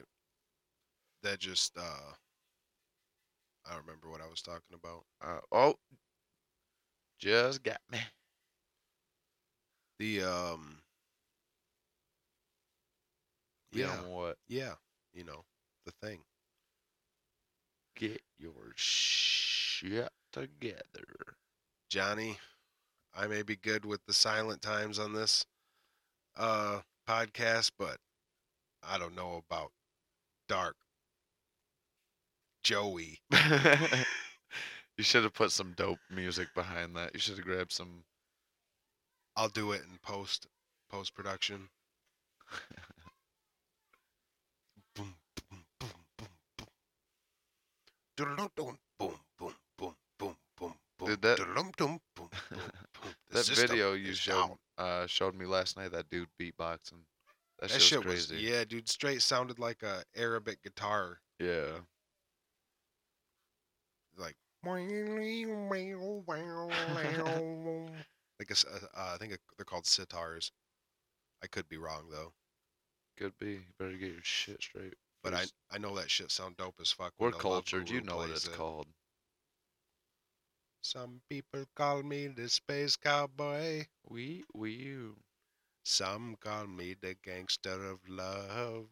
[SPEAKER 2] that just uh I don't remember what I was talking about.
[SPEAKER 3] Uh, oh, just got me.
[SPEAKER 2] The um
[SPEAKER 3] You
[SPEAKER 2] Yeah,
[SPEAKER 3] know what?
[SPEAKER 2] yeah, you know, the thing.
[SPEAKER 3] Get your shit together.
[SPEAKER 2] Johnny, I may be good with the silent times on this uh podcast, but I don't know about Dark Joey.
[SPEAKER 3] you should have put some dope music behind that. You should have grabbed some.
[SPEAKER 2] I'll do it in post post production. boom, boom, boom, boom, boom. Dun-dun-dun, boom, boom, boom, boom, boom, boom.
[SPEAKER 3] Dude, that-
[SPEAKER 2] Dun-dun-dun, boom, boom, boom. The
[SPEAKER 3] that
[SPEAKER 2] system
[SPEAKER 3] video you
[SPEAKER 2] is
[SPEAKER 3] showed
[SPEAKER 2] down.
[SPEAKER 3] uh, showed me last night. That dude beatboxing. That,
[SPEAKER 2] That,
[SPEAKER 3] shit,
[SPEAKER 2] shit
[SPEAKER 3] was crazy.
[SPEAKER 2] was yeah, dude. Straight sounded like a Arabic guitar,
[SPEAKER 3] yeah.
[SPEAKER 2] like like a, s- uh, uh, I think they're called sitars. I could be wrong though,
[SPEAKER 3] Could be. You better get your shit straight.
[SPEAKER 2] but I
[SPEAKER 3] There's-
[SPEAKER 2] I know that shit sound dope as fuck. when
[SPEAKER 3] We're
[SPEAKER 2] the Love
[SPEAKER 3] cultured. You
[SPEAKER 2] Guru
[SPEAKER 3] know what
[SPEAKER 2] plays
[SPEAKER 3] it's
[SPEAKER 2] it.
[SPEAKER 3] called.
[SPEAKER 2] Some people call me the space cowboy.
[SPEAKER 3] We we you.
[SPEAKER 2] Some call me the gangster of love.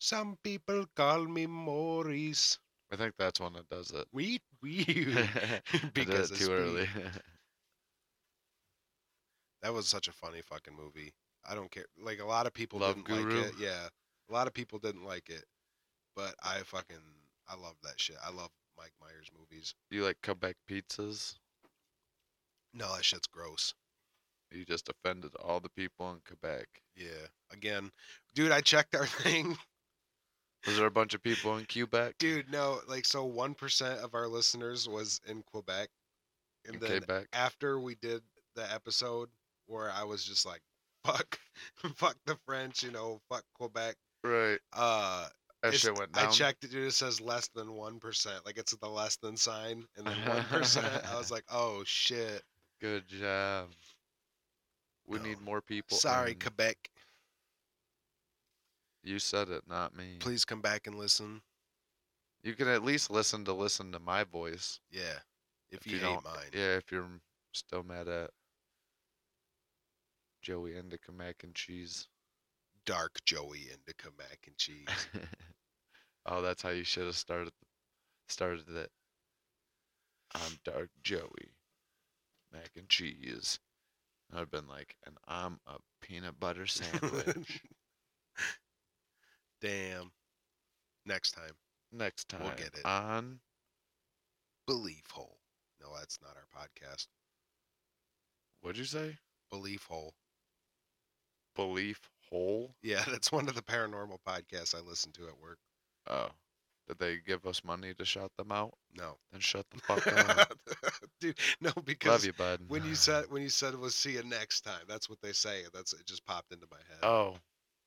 [SPEAKER 2] Some people call me Maurice.
[SPEAKER 3] I think that's one that does it.
[SPEAKER 2] Weet
[SPEAKER 3] I
[SPEAKER 2] wee.
[SPEAKER 3] did
[SPEAKER 2] Because
[SPEAKER 3] it
[SPEAKER 2] of
[SPEAKER 3] too
[SPEAKER 2] speed.
[SPEAKER 3] early.
[SPEAKER 2] That was such a funny fucking movie. I don't care. Like a lot of people
[SPEAKER 3] Love
[SPEAKER 2] didn't
[SPEAKER 3] Guru?
[SPEAKER 2] like it. Yeah, a lot of people didn't like it, but I fucking I love that shit. I love Mike Myers movies.
[SPEAKER 3] you like Quebec pizzas?
[SPEAKER 2] No, that shit's gross.
[SPEAKER 3] You just offended all the people in Quebec.
[SPEAKER 2] Yeah. Again, dude, I checked our thing.
[SPEAKER 3] Was there a bunch of people in Quebec?
[SPEAKER 2] Dude, no, like so one percent of our listeners was in Quebec. And
[SPEAKER 3] in
[SPEAKER 2] then
[SPEAKER 3] Quebec.
[SPEAKER 2] after we did the episode where I was just like, fuck fuck the French, you know, fuck Quebec.
[SPEAKER 3] Right.
[SPEAKER 2] Uh
[SPEAKER 3] That
[SPEAKER 2] it's-
[SPEAKER 3] shit went down.
[SPEAKER 2] I checked it, dude, it says less than one percent. Like it's the less than sign and then one percent. I was like, oh shit.
[SPEAKER 3] Good job. We
[SPEAKER 2] No.
[SPEAKER 3] need more people.
[SPEAKER 2] Sorry,
[SPEAKER 3] in.
[SPEAKER 2] Quebec.
[SPEAKER 3] you said it, not me.
[SPEAKER 2] Please come back and listen.
[SPEAKER 3] You can at least listen to listen to my voice.
[SPEAKER 2] Yeah. If,
[SPEAKER 3] If
[SPEAKER 2] you,
[SPEAKER 3] you
[SPEAKER 2] hate
[SPEAKER 3] don't-
[SPEAKER 2] mine.
[SPEAKER 3] Yeah, if you're m- still mad at Joey Indica mac and cheese.
[SPEAKER 2] Dark Joey Indica mac and cheese.
[SPEAKER 3] oh, that's how you should have started started it. I'm Dark Joey, mac and cheese. I've been like, and I'm a peanut butter sandwich.
[SPEAKER 2] Damn. Next time.
[SPEAKER 3] Next time
[SPEAKER 2] We'll get it.
[SPEAKER 3] on
[SPEAKER 2] Belief Hole. No, that's not our podcast.
[SPEAKER 3] what'd you say?
[SPEAKER 2] Belief Hole.
[SPEAKER 3] Belief hole.
[SPEAKER 2] Yeah, that's one of the paranormal podcasts I listen to at work.
[SPEAKER 3] Oh, did they give us money to shout them out?
[SPEAKER 2] No.
[SPEAKER 3] Then shut the fuck up.
[SPEAKER 2] Dude, no,
[SPEAKER 3] Love
[SPEAKER 2] because
[SPEAKER 3] you, bud.
[SPEAKER 2] when you said when you said we'll see you next time, that's what they say. and That's it just popped into my head.
[SPEAKER 3] oh,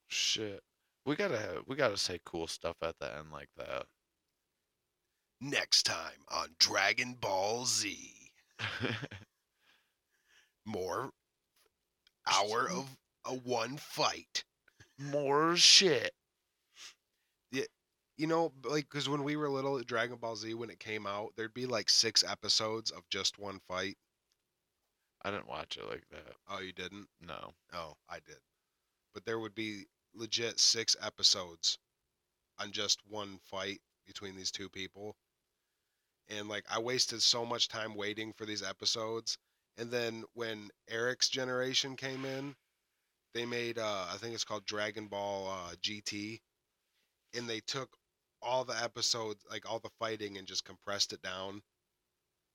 [SPEAKER 3] shit, we gotta have, we gotta say cool stuff at the end like that.
[SPEAKER 2] Next time on Dragon Ball Z. More hour of a one fight.
[SPEAKER 3] More shit.
[SPEAKER 2] You know, b- like because when we were little, Dragon Ball Z when it came out, there'd be like six episodes of just one fight.
[SPEAKER 3] I didn't watch it like that.
[SPEAKER 2] Oh, you didn't?
[SPEAKER 3] No.
[SPEAKER 2] Oh, I did. But there would be legit six episodes on just one fight between these two people. And like I wasted so much time waiting for these episodes. And then when Eric's generation came in, they made uh I think it's called Dragon Ball uh GT and they took all the episodes like all the fighting and just compressed it down.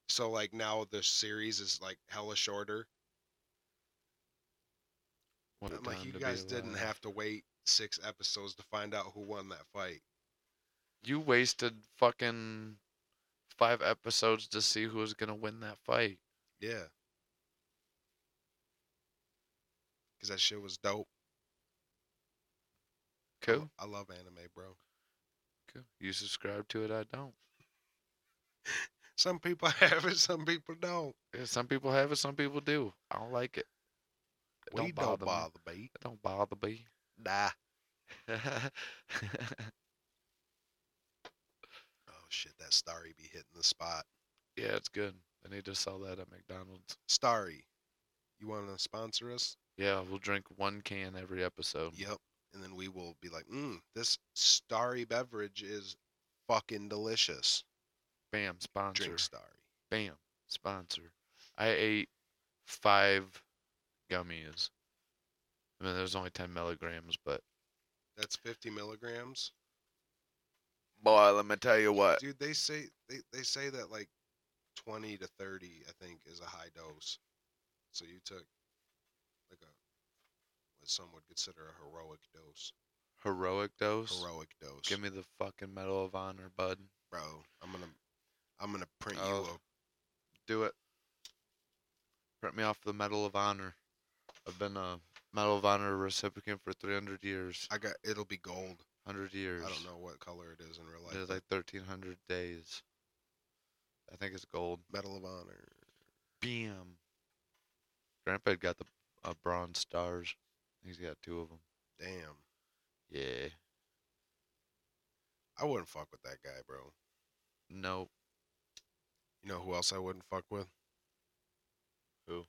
[SPEAKER 2] So like now the series is like hella shorter.
[SPEAKER 3] What a
[SPEAKER 2] I'm like,
[SPEAKER 3] time
[SPEAKER 2] you
[SPEAKER 3] to be
[SPEAKER 2] guys didn't
[SPEAKER 3] alive."
[SPEAKER 2] have to wait six episodes to find out who won that fight.
[SPEAKER 3] You wasted fucking five episodes to see who was gonna win that fight.
[SPEAKER 2] Yeah. Because that shit was dope. I lo-
[SPEAKER 3] Cool.
[SPEAKER 2] I love anime, bro.
[SPEAKER 3] Cool. You subscribe to it? I don't.
[SPEAKER 2] Some people have it, some people don't.
[SPEAKER 3] Yeah, Some people have it, some people do. I don't like it. It
[SPEAKER 2] we
[SPEAKER 3] don't bother, me.
[SPEAKER 2] me.
[SPEAKER 3] It don't bother me.
[SPEAKER 2] Nah.
[SPEAKER 3] yeah,
[SPEAKER 2] Oh shit, that Starry be hitting the spot.
[SPEAKER 3] it's good. They need to sell that at McDonald's.
[SPEAKER 2] Starry, you want to sponsor us?
[SPEAKER 3] Yeah, we'll drink one can every episode.
[SPEAKER 2] Yep. And then we will be like, mm, this Starry beverage is fucking delicious.
[SPEAKER 3] Bam, sponsor.
[SPEAKER 2] Drink Starry.
[SPEAKER 3] Bam, sponsor. I ate five gummies. I mean, there's only 10 milligrams, but.
[SPEAKER 2] That's 50 milligrams.
[SPEAKER 3] Boy, let me tell you what.
[SPEAKER 2] Dude, they say they, they say that like 20 to 30, I think, is a high dose. So you took like a what some would consider a heroic dose.
[SPEAKER 3] Heroic dose?
[SPEAKER 2] Heroic dose.
[SPEAKER 3] Give me the fucking Medal of Honor, bud.
[SPEAKER 2] bro. I'm gonna I'm gonna print you
[SPEAKER 3] Oh.
[SPEAKER 2] a
[SPEAKER 3] Do it. Print me off the Medal of Honor. I've been a Medal of Honor recipient for 300 years.
[SPEAKER 2] I got it'll be gold.
[SPEAKER 3] 100 years.
[SPEAKER 2] I don't know what color it is in real life.
[SPEAKER 3] There's
[SPEAKER 2] but
[SPEAKER 3] like 1,300 days. I think it's gold.
[SPEAKER 2] Medal of Honor.
[SPEAKER 3] Bam. Grandpa got the uh, bronze stars. He's got two of them.
[SPEAKER 2] Damn.
[SPEAKER 3] Yeah.
[SPEAKER 2] I wouldn't fuck with that guy, bro.
[SPEAKER 3] Nope.
[SPEAKER 2] You know who else I wouldn't fuck with?
[SPEAKER 3] Who?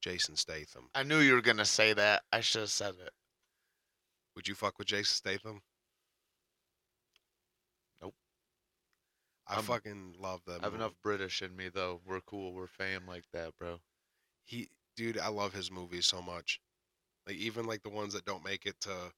[SPEAKER 2] Jason Statham.
[SPEAKER 3] I knew you were gonna say that. I should have said it.
[SPEAKER 2] Would you fuck with Jason Statham?
[SPEAKER 3] Nope.
[SPEAKER 2] I
[SPEAKER 3] I'm-
[SPEAKER 2] fucking love that.
[SPEAKER 3] I have
[SPEAKER 2] movie.
[SPEAKER 3] enough British in me though. We're cool. We're fam like that, bro.
[SPEAKER 2] He, dude, I love his movies so much. Like even like the ones that don't make it to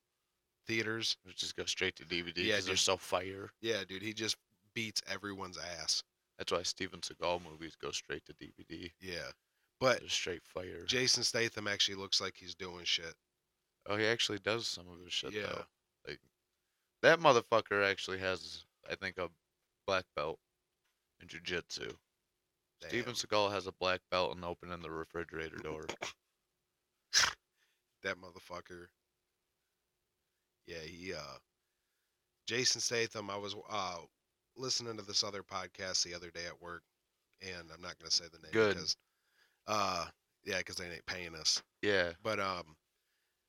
[SPEAKER 2] theaters.
[SPEAKER 3] Let's just go straight to DVD
[SPEAKER 2] Yeah,
[SPEAKER 3] because they're
[SPEAKER 2] dude.
[SPEAKER 3] so fire.
[SPEAKER 2] Yeah, dude, he just beats everyone's ass.
[SPEAKER 3] That's why Steven Seagal movies go straight to DVD.
[SPEAKER 2] Yeah, but
[SPEAKER 3] They're straight fire.
[SPEAKER 2] Jason Statham actually looks like he's doing shit.
[SPEAKER 3] oh, he actually does some of his shit
[SPEAKER 2] Yeah.
[SPEAKER 3] though. Like that motherfucker actually has, I think, a black belt in jujitsu.
[SPEAKER 2] Damn.
[SPEAKER 3] Steven Seagal has a black belt and opening the refrigerator door.
[SPEAKER 2] that motherfucker. Yeah, he uh Jason Statham, I was uh listening to this other podcast the other day at work and I'm not gonna say the name
[SPEAKER 3] Good.
[SPEAKER 2] because uh yeah, because they ain't paying us.
[SPEAKER 3] Yeah.
[SPEAKER 2] But um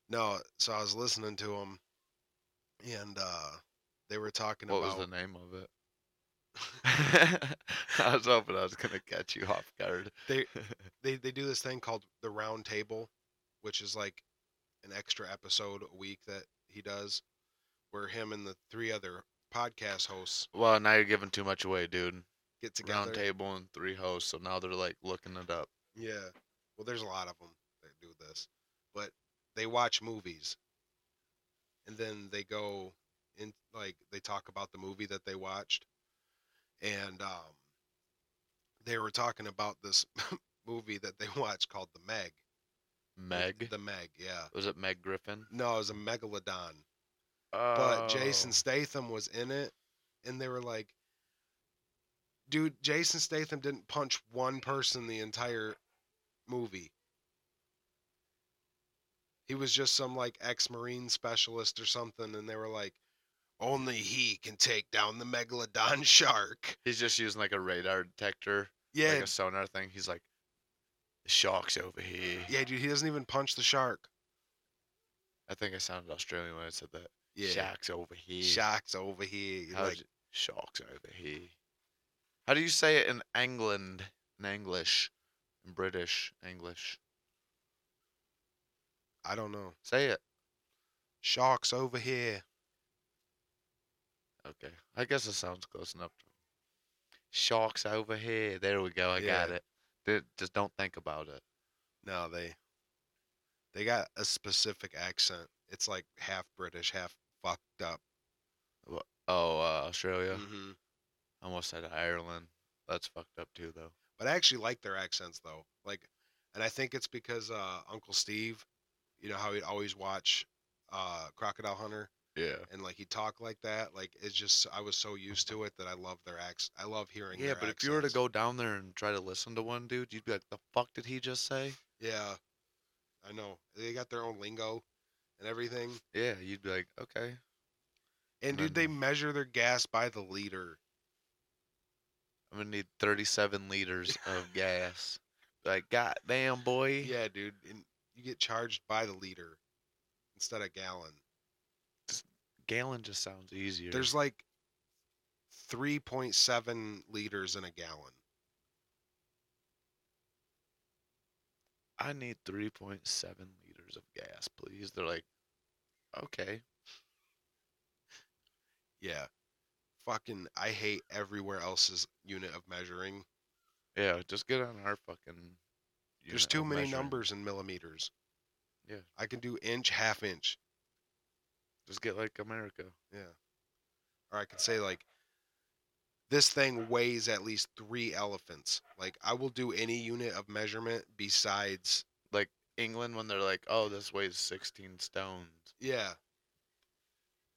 [SPEAKER 2] no, so I was listening to him and uh they were talking
[SPEAKER 3] What
[SPEAKER 2] about
[SPEAKER 3] was the name of it? I was hoping I was gonna catch you off guard.
[SPEAKER 2] They- they, they do this thing called the round table, which is like an extra episode a week that he does where him and the three other podcast hosts
[SPEAKER 3] well, now you're giving too much away, dude.
[SPEAKER 2] get together.
[SPEAKER 3] Round table and three hosts, so now they're like looking it up.
[SPEAKER 2] Yeah. Well, there's a lot of them that do this, but they watch movies, and then they go in like they talk about the movie that they watched, and um, they were talking about this movie that they watched called The Meg.
[SPEAKER 3] Meg.
[SPEAKER 2] The Meg. Yeah.
[SPEAKER 3] was it Meg Griffin?
[SPEAKER 2] No, it was a megalodon, but Jason
[SPEAKER 3] Oh.
[SPEAKER 2] Statham was in it, and they were like. Dude, Jason Statham didn't punch one person the entire movie. he was just some like ex-marine specialist or something and they were like only he can take down the megalodon shark
[SPEAKER 3] He's just using like a radar detector,
[SPEAKER 2] yeah
[SPEAKER 3] like a sonar thing. He's like, the shark's over here.
[SPEAKER 2] yeah dude he doesn't even punch the shark
[SPEAKER 3] I think I sounded Australian when I said that.
[SPEAKER 2] yeah
[SPEAKER 3] Shark's over here.
[SPEAKER 2] sharks over here You're
[SPEAKER 3] How's
[SPEAKER 2] like
[SPEAKER 3] it- sharks over here? How do you say it in England, in English, in British English?
[SPEAKER 2] i don't know
[SPEAKER 3] Say it.
[SPEAKER 2] sharks over here
[SPEAKER 3] Okay. I guess it sounds close enough. To... Sharks over here. There we go. I got
[SPEAKER 2] Yeah.
[SPEAKER 3] it. Di- Just don't think about it.
[SPEAKER 2] no they they got a specific accent it's like half british half fucked up
[SPEAKER 3] Oh, uh, Australia.
[SPEAKER 2] Mhm.
[SPEAKER 3] Almost said Ireland. That's fucked up too, though.
[SPEAKER 2] but i actually like their accents though like and i think it's because uh uncle steve you know how he'd always watch uh crocodile hunter
[SPEAKER 3] Yeah.
[SPEAKER 2] and like he talked like that. Like it's just I was so used to it that I love their acts. I love hearing.
[SPEAKER 3] Yeah,
[SPEAKER 2] their
[SPEAKER 3] but if you were to
[SPEAKER 2] accents.
[SPEAKER 3] go down there and try to listen to one dude, you'd be like, "The fuck did he just say?"
[SPEAKER 2] yeah, I know they got their own lingo and everything.
[SPEAKER 3] Yeah, you'd be like, "Okay,
[SPEAKER 2] And dude, they measure their gas by the liter.
[SPEAKER 3] I'm gonna need 37 liters of gas. Like, goddamn, boy.
[SPEAKER 2] Yeah, dude. And you get charged by the liter instead of gallon.
[SPEAKER 3] Gallon just sounds easier.
[SPEAKER 2] There's like 3.7 liters in a gallon.
[SPEAKER 3] I need 3.7 liters of gas, please. They're like, okay.
[SPEAKER 2] Yeah. Fucking, I hate everywhere else's unit of measuring.
[SPEAKER 3] Yeah, just get on our fucking.
[SPEAKER 2] There's
[SPEAKER 3] unit
[SPEAKER 2] too
[SPEAKER 3] of
[SPEAKER 2] many
[SPEAKER 3] measuring.
[SPEAKER 2] numbers in millimeters.
[SPEAKER 3] Yeah.
[SPEAKER 2] I can do inch, half inch.
[SPEAKER 3] Just get like America.
[SPEAKER 2] Yeah. Or I could say like this thing weighs at least three elephants. Like I will do any unit of measurement besides
[SPEAKER 3] England when they're like, oh, this weighs 16 stones.
[SPEAKER 2] yeah.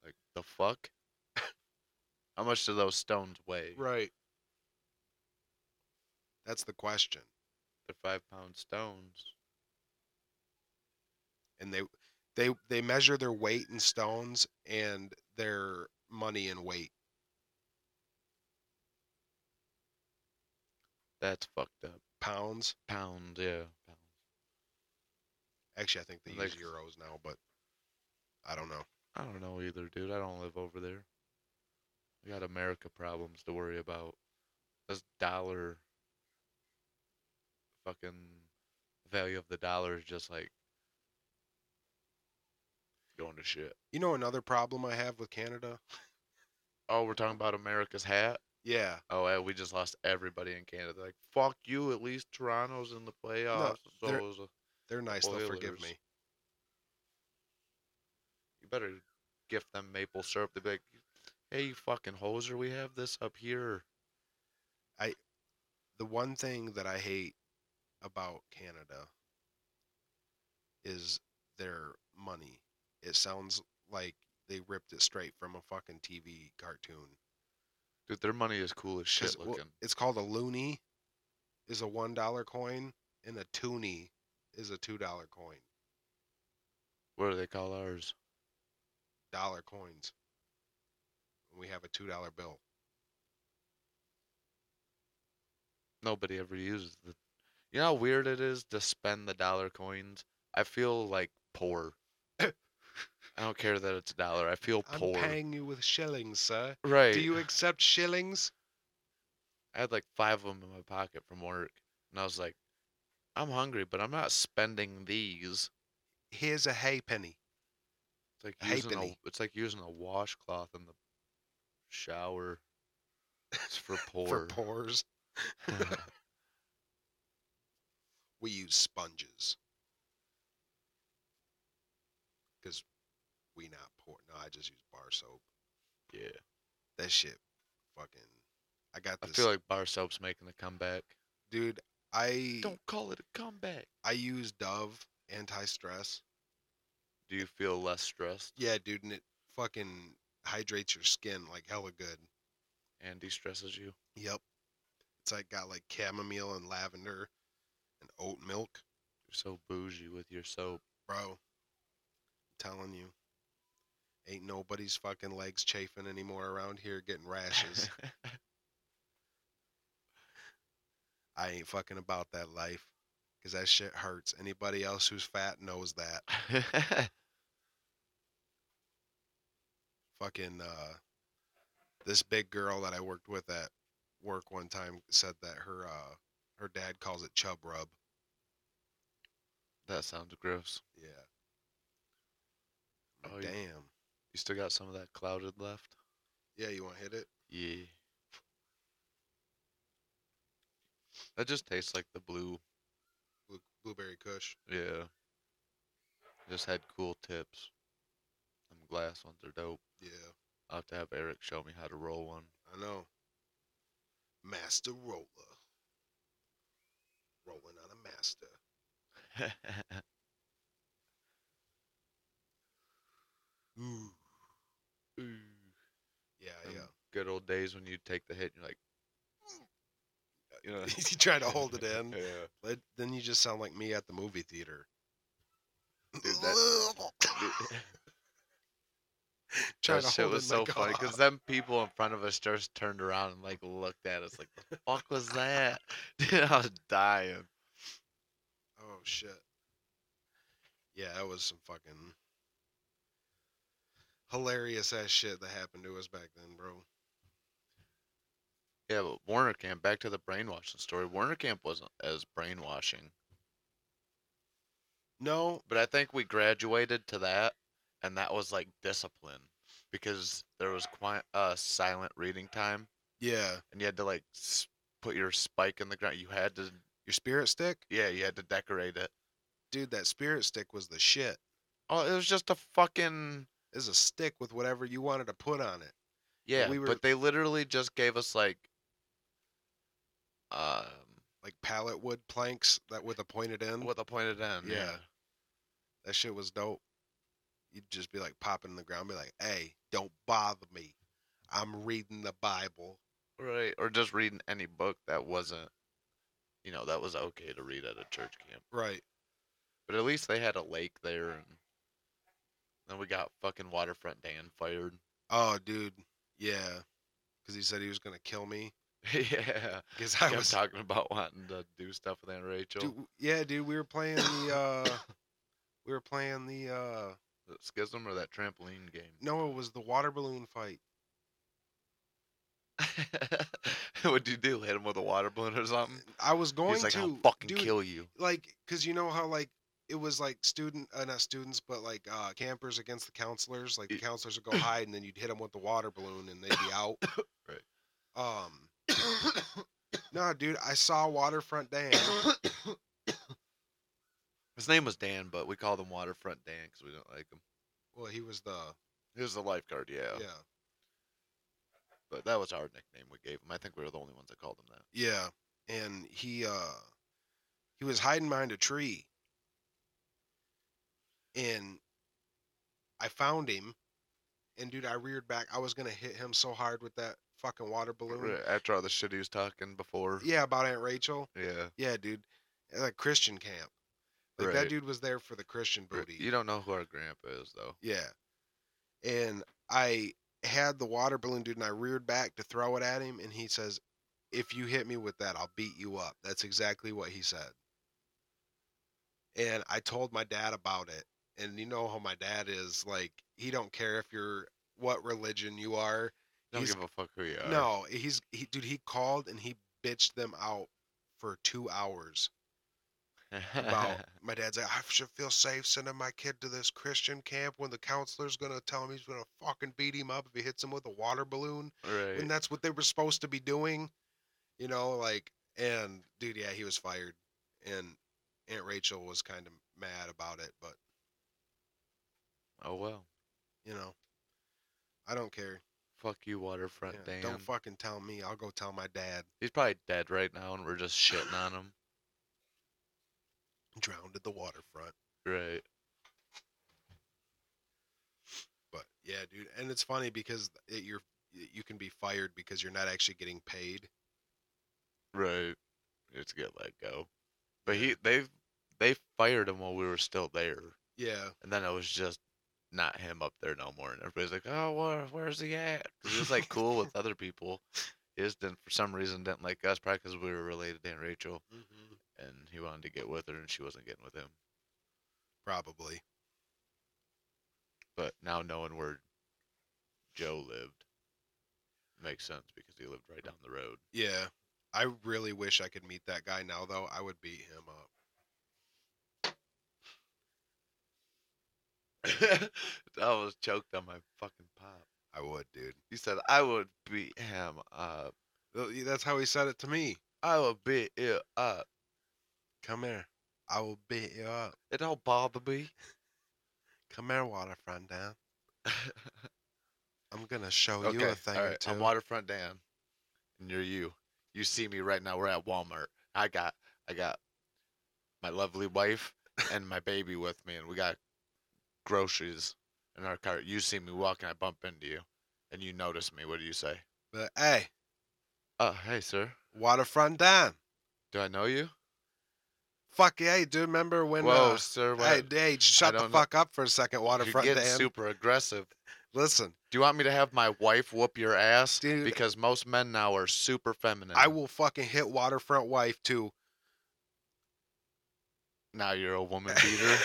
[SPEAKER 3] Like, the fuck? How much do those stones weigh?
[SPEAKER 2] Right. That's the question.
[SPEAKER 3] They're five pound stones.
[SPEAKER 2] And they they they measure their weight in stones and their money in weight.
[SPEAKER 3] That's fucked up.
[SPEAKER 2] Pounds.
[SPEAKER 3] Pounds, yeah. Pounds.
[SPEAKER 2] Actually I think they
[SPEAKER 3] Like-
[SPEAKER 2] use Euros now, but I don't know.
[SPEAKER 3] I don't know either, dude. I don't live over there. We got America problems to worry about. This dollar fucking value of the dollar is just like going to shit.
[SPEAKER 2] You know another problem I have with Canada?
[SPEAKER 3] Oh, we're talking about America's hat?
[SPEAKER 2] Yeah.
[SPEAKER 3] Oh, and we just lost everybody in Canada. Like, fuck you. At least Toronto's in the playoffs.
[SPEAKER 2] they're-
[SPEAKER 3] so is uh, the-
[SPEAKER 2] They're nice, they'll forgive
[SPEAKER 3] Oilers.
[SPEAKER 2] me.
[SPEAKER 3] you better gift them maple syrup. They'd be like, hey, you fucking hoser, we have this up here.
[SPEAKER 2] the one thing that I hate about Canada is their money. It sounds like they ripped it straight from a fucking TV cartoon.
[SPEAKER 3] Dude, their money is cool as
[SPEAKER 2] 'Cause,
[SPEAKER 3] shit
[SPEAKER 2] well,
[SPEAKER 3] looking.
[SPEAKER 2] it's called a loony, is a one dollar coin, and a toonie is a two dollar coin.
[SPEAKER 3] what do they call ours?
[SPEAKER 2] Dollar coins. And we have a two dollar bill.
[SPEAKER 3] Nobody ever uses the. You know how weird it is to spend the dollar coins. I feel like poor. I don't care that it's a dollar. I feel
[SPEAKER 2] I'm
[SPEAKER 3] poor.
[SPEAKER 2] paying you with shillings, sir.
[SPEAKER 3] right.
[SPEAKER 2] Do you accept shillings?
[SPEAKER 3] I had like five of them in my pocket from work, and I was like, I'm hungry, but I'm not spending these.
[SPEAKER 2] Here's a hay penny.
[SPEAKER 3] It's like
[SPEAKER 2] A
[SPEAKER 3] using a,
[SPEAKER 2] halfpenny.
[SPEAKER 3] it's like using a washcloth in the shower. It's for poor.
[SPEAKER 2] For pores. we use sponges because we not poor. No, I just use bar soap.
[SPEAKER 3] yeah.
[SPEAKER 2] That shit, fucking. I got
[SPEAKER 3] I
[SPEAKER 2] this,
[SPEAKER 3] feel like bar soap's making a comeback.
[SPEAKER 2] dude. I
[SPEAKER 3] Don't call it a comeback.
[SPEAKER 2] I use Dove anti stress.
[SPEAKER 3] Do you feel less stressed?
[SPEAKER 2] Yeah, dude, and it fucking hydrates your skin like hella good.
[SPEAKER 3] and de-stresses you.
[SPEAKER 2] Yep, it's like got like chamomile and lavender and oat milk,
[SPEAKER 3] You're so bougie with your soap.
[SPEAKER 2] bro. I'm telling you, ain't nobody's fucking legs chafing anymore around here, getting rashes. I ain't fucking about that life because that shit hurts. Anybody else who's fat knows that. Fucking uh, this big girl that I worked with at work one time said that her uh, her dad calls it chub rub.
[SPEAKER 3] that sounds gross.
[SPEAKER 2] Yeah.
[SPEAKER 3] Oh, you-
[SPEAKER 2] Damn.
[SPEAKER 3] You still got some of that clouded left?
[SPEAKER 2] Yeah, you want to hit it?
[SPEAKER 3] Yeah. That just tastes like the blue.
[SPEAKER 2] Blue, blueberry Kush.
[SPEAKER 3] Yeah. Just had cool tips. Them glass ones are dope.
[SPEAKER 2] Yeah,
[SPEAKER 3] I'll have to have Eric show me how to roll one.
[SPEAKER 2] I know. Master roller. Rolling on a master. Ooh. Yeah,
[SPEAKER 3] Them
[SPEAKER 2] yeah.
[SPEAKER 3] Good old days when you take the hit and you're like, you know,
[SPEAKER 2] you try to hold it in.
[SPEAKER 3] Yeah.
[SPEAKER 2] Let- Then you just sound like me at the movie theater.
[SPEAKER 3] Dude, that-
[SPEAKER 2] Trying
[SPEAKER 3] that
[SPEAKER 2] to
[SPEAKER 3] shit
[SPEAKER 2] hold
[SPEAKER 3] was
[SPEAKER 2] in
[SPEAKER 3] so
[SPEAKER 2] my
[SPEAKER 3] funny
[SPEAKER 2] cough.
[SPEAKER 3] because them people in front of us just turned around and like looked at us like, "The fuck was that?" Dude, I was dying.
[SPEAKER 2] Oh shit. Yeah, that was some fucking hilarious ass shit that happened to us back then, bro.
[SPEAKER 3] Yeah, but Warner Camp. Back to the brainwashing story. Warner Camp wasn't as brainwashing,
[SPEAKER 2] No,
[SPEAKER 3] but I think we graduated to that, and that was like discipline because there was quiet, uh, silent reading time,
[SPEAKER 2] yeah,
[SPEAKER 3] and you had to like s- put your spike in the ground. You had to,
[SPEAKER 2] your spirit stick,
[SPEAKER 3] yeah, you had to decorate it.
[SPEAKER 2] dude. That spirit stick was the shit.
[SPEAKER 3] Oh, it was just a fucking
[SPEAKER 2] It's a stick with whatever you wanted to put on it.
[SPEAKER 3] Yeah,
[SPEAKER 2] we were-
[SPEAKER 3] but they literally just gave us like, um,
[SPEAKER 2] like pallet wood planks that with a pointed end.
[SPEAKER 3] with a pointed end.
[SPEAKER 2] Yeah. That shit was dope. You'd just be like popping in the ground, be like, "Hey, don't bother me. I'm reading the Bible."
[SPEAKER 3] yeah, right. Or just reading any book that wasn't, you know, that was okay to read at a church camp.
[SPEAKER 2] Right.
[SPEAKER 3] But at least they had a lake there, and then we got fucking waterfront Dan fired.
[SPEAKER 2] Oh, dude. Yeah. Because he said he was gonna kill me.
[SPEAKER 3] yeah,
[SPEAKER 2] Because
[SPEAKER 3] I
[SPEAKER 2] I
[SPEAKER 3] was
[SPEAKER 2] was.
[SPEAKER 3] talking about wanting to do stuff with Aunt Rachel.
[SPEAKER 2] Dude, yeah, dude. We were playing the. uh We were playing the. uh
[SPEAKER 3] That schism or that trampoline game?
[SPEAKER 2] No, it was the water balloon fight.
[SPEAKER 3] What'd you do? Hit him with a water balloon or something?
[SPEAKER 2] I was going
[SPEAKER 3] He's like,
[SPEAKER 2] to
[SPEAKER 3] I'll fucking
[SPEAKER 2] dude,
[SPEAKER 3] kill you.
[SPEAKER 2] like because you know how like it was like student uh, not students but like uh, campers against the counselors like the
[SPEAKER 3] Y-
[SPEAKER 2] counselors would go hide and then you'd hit them with the water balloon and they'd be out
[SPEAKER 3] Right.
[SPEAKER 2] um no dude i saw waterfront dan
[SPEAKER 3] His name was Dan, but we called him Waterfront Dan because we didn't like him.
[SPEAKER 2] well he was the
[SPEAKER 3] He was the lifeguard, yeah,
[SPEAKER 2] yeah
[SPEAKER 3] But that was our nickname we gave him. I think we were the only ones that called him that.
[SPEAKER 2] yeah and he uh he was hiding behind a tree and i found him and dude i reared back i was gonna hit him so hard with that fucking water balloon
[SPEAKER 3] Right, After all the shit he was talking before.
[SPEAKER 2] Yeah, about Aunt Rachel.
[SPEAKER 3] Yeah.
[SPEAKER 2] Yeah, dude. Uh, Like Christian camp. Like
[SPEAKER 3] Right.
[SPEAKER 2] that dude was there for the Christian
[SPEAKER 3] R-
[SPEAKER 2] booty.
[SPEAKER 3] You don't know who our grandpa is, though.
[SPEAKER 2] Yeah. And I had the water balloon dude and I reared back to throw it at him and he says, If you hit me with that, I'll beat you up. That's exactly what he said. And I told my dad about it. And you know how my dad is, like he don't care if you're what religion you are.
[SPEAKER 3] Don't
[SPEAKER 2] He's-
[SPEAKER 3] give a fuck who you are.
[SPEAKER 2] No, he's he, dude. He called and he bitched them out for two hours about my dad's like I should feel safe sending my kid to this Christian camp when the counselor's gonna tell him he's gonna fucking beat him up if he hits him with a water balloon,
[SPEAKER 3] right.
[SPEAKER 2] and that's what they were supposed to be doing, you know, like and dude, yeah, he was fired, and Aunt Rachel was kind of mad about it, but
[SPEAKER 3] Oh, well.
[SPEAKER 2] you know, I don't care.
[SPEAKER 3] Fuck you, Waterfront
[SPEAKER 2] Yeah,
[SPEAKER 3] Dan.
[SPEAKER 2] don't fucking tell me. I'll go tell my dad.
[SPEAKER 3] He's probably dead right now, and we're just shitting on him.
[SPEAKER 2] Drowned at the waterfront.
[SPEAKER 3] Right.
[SPEAKER 2] But yeah, dude, and it's funny because it, you're y- you can be fired because you're not actually getting paid.
[SPEAKER 3] Right. It's get let go. But he they they fired him while we were still there.
[SPEAKER 2] Yeah,
[SPEAKER 3] And then it was just not him up there no more. And everybody's like, oh, where, where's he at? 'Cause He was like cool with other people. He just didn't, for some reason, didn't like us, probably because we were related to Aunt Rachel. And he wanted to get with her, and she wasn't getting with him.
[SPEAKER 2] probably.
[SPEAKER 3] But now knowing where Joe lived makes sense because he lived right down the road.
[SPEAKER 2] Yeah, I really wish I could meet that guy now, though. I would beat him up.
[SPEAKER 3] I was choked on my fucking pop.
[SPEAKER 2] I would, dude.
[SPEAKER 3] He said, I would beat him up.
[SPEAKER 2] Th- y- That's how he said it to me.
[SPEAKER 3] I will beat you up.
[SPEAKER 2] Come here, I will beat you up.
[SPEAKER 3] It don't bother me.
[SPEAKER 2] Come here, waterfront down. I'm gonna show you a thing or
[SPEAKER 3] alright,
[SPEAKER 2] 2
[SPEAKER 3] I'm Waterfront Dan, and you're you. You see me right now. We're at Walmart. I got, I got my lovely wife and my baby with me, and we got groceries in our cart. You see me walking. I bump into you, and you notice me. What do you say?
[SPEAKER 2] but hey,
[SPEAKER 3] Oh, hey, sir.
[SPEAKER 2] waterfront down.
[SPEAKER 3] Do I know you?
[SPEAKER 2] Fuck yeah, dude. Remember when?
[SPEAKER 3] Whoa,
[SPEAKER 2] uh,
[SPEAKER 3] sir. What?
[SPEAKER 2] Hey, hey, shut the
[SPEAKER 3] don't know.
[SPEAKER 2] fuck up for a second,
[SPEAKER 3] you're
[SPEAKER 2] Waterfront
[SPEAKER 3] getting
[SPEAKER 2] Dan.
[SPEAKER 3] super aggressive.
[SPEAKER 2] Listen,
[SPEAKER 3] Do you want me to have my wife whoop your ass?
[SPEAKER 2] Dude.
[SPEAKER 3] Because most men now are super feminine.
[SPEAKER 2] I will fucking hit waterfront wife too.
[SPEAKER 3] Now you're a woman beater.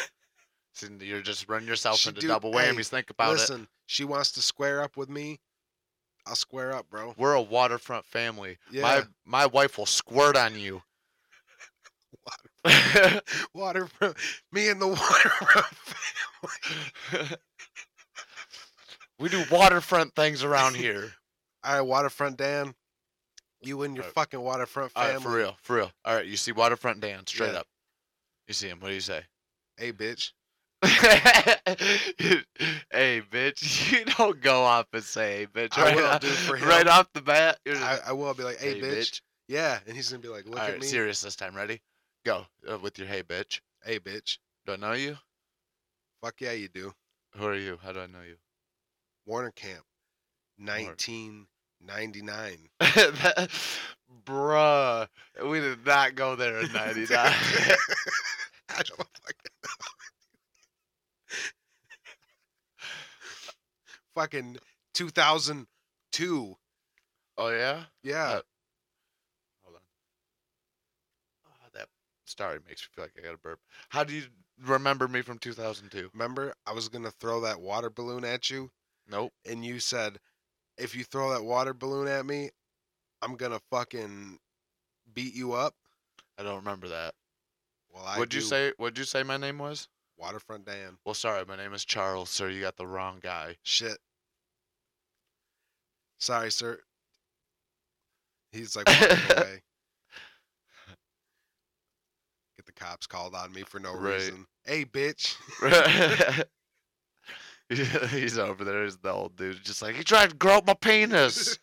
[SPEAKER 3] So you're just running yourself
[SPEAKER 2] She
[SPEAKER 3] into
[SPEAKER 2] do-
[SPEAKER 3] double
[SPEAKER 2] hey,
[SPEAKER 3] whammies. Think about it.
[SPEAKER 2] Listen, she wants to square up with me. I'll square up, bro.
[SPEAKER 3] We're a waterfront family.
[SPEAKER 2] Yeah,
[SPEAKER 3] My my wife will squirt on you.
[SPEAKER 2] waterfront. Me and the waterfront.
[SPEAKER 3] we do waterfront things around here.
[SPEAKER 2] All right, waterfront Dan. You and your
[SPEAKER 3] Alright.
[SPEAKER 2] fucking waterfront
[SPEAKER 3] Uh, All
[SPEAKER 2] family.
[SPEAKER 3] right, for real, for real. All right, you see waterfront Dan straight
[SPEAKER 2] Yeah.
[SPEAKER 3] up. You see him. What do you say?
[SPEAKER 2] Hey, bitch.
[SPEAKER 3] hey, bitch, you don't go off and say, hey, bitch.
[SPEAKER 2] I
[SPEAKER 3] Right,
[SPEAKER 2] will,
[SPEAKER 3] off,
[SPEAKER 2] dude, for
[SPEAKER 3] right
[SPEAKER 2] him.
[SPEAKER 3] off the bat, you're just,
[SPEAKER 2] I, I will be like, hey, bitch. Yeah, and he's gonna be like, look
[SPEAKER 3] All
[SPEAKER 2] at
[SPEAKER 3] right,
[SPEAKER 2] me.
[SPEAKER 3] serious this time. Ready? Go uh, with your hey, bitch.
[SPEAKER 2] Hey, bitch.
[SPEAKER 3] Don't know you?
[SPEAKER 2] Fuck yeah, you do.
[SPEAKER 3] Who are you? How do I know you?
[SPEAKER 2] Warner Camp, 1999.
[SPEAKER 3] That- Bruh, we did not go there in '99.
[SPEAKER 2] I don't fucking know. fucking 2002.
[SPEAKER 3] oh yeah.
[SPEAKER 2] Yeah.
[SPEAKER 3] Uh, Hold on. Oh, that story makes me feel like I got a burp. How do you remember me from 2002?
[SPEAKER 2] Remember, I was going to throw that water balloon at you,
[SPEAKER 3] Nope.
[SPEAKER 2] and you said, if you throw that water balloon at me, I'm going to fucking beat you up.
[SPEAKER 3] I don't remember that.
[SPEAKER 2] Well, I
[SPEAKER 3] what'd you
[SPEAKER 2] do.
[SPEAKER 3] say? What'd you say my name was?
[SPEAKER 2] Waterfront Dan.
[SPEAKER 3] Well, sorry, my name is Charles, sir. You got the wrong guy.
[SPEAKER 2] Shit. Sorry, sir. He's like walking away. Get the cops called on me for no
[SPEAKER 3] Right.
[SPEAKER 2] reason. Hey, bitch.
[SPEAKER 3] He's over there. He's the old dude, just like he tried to grow up my penis.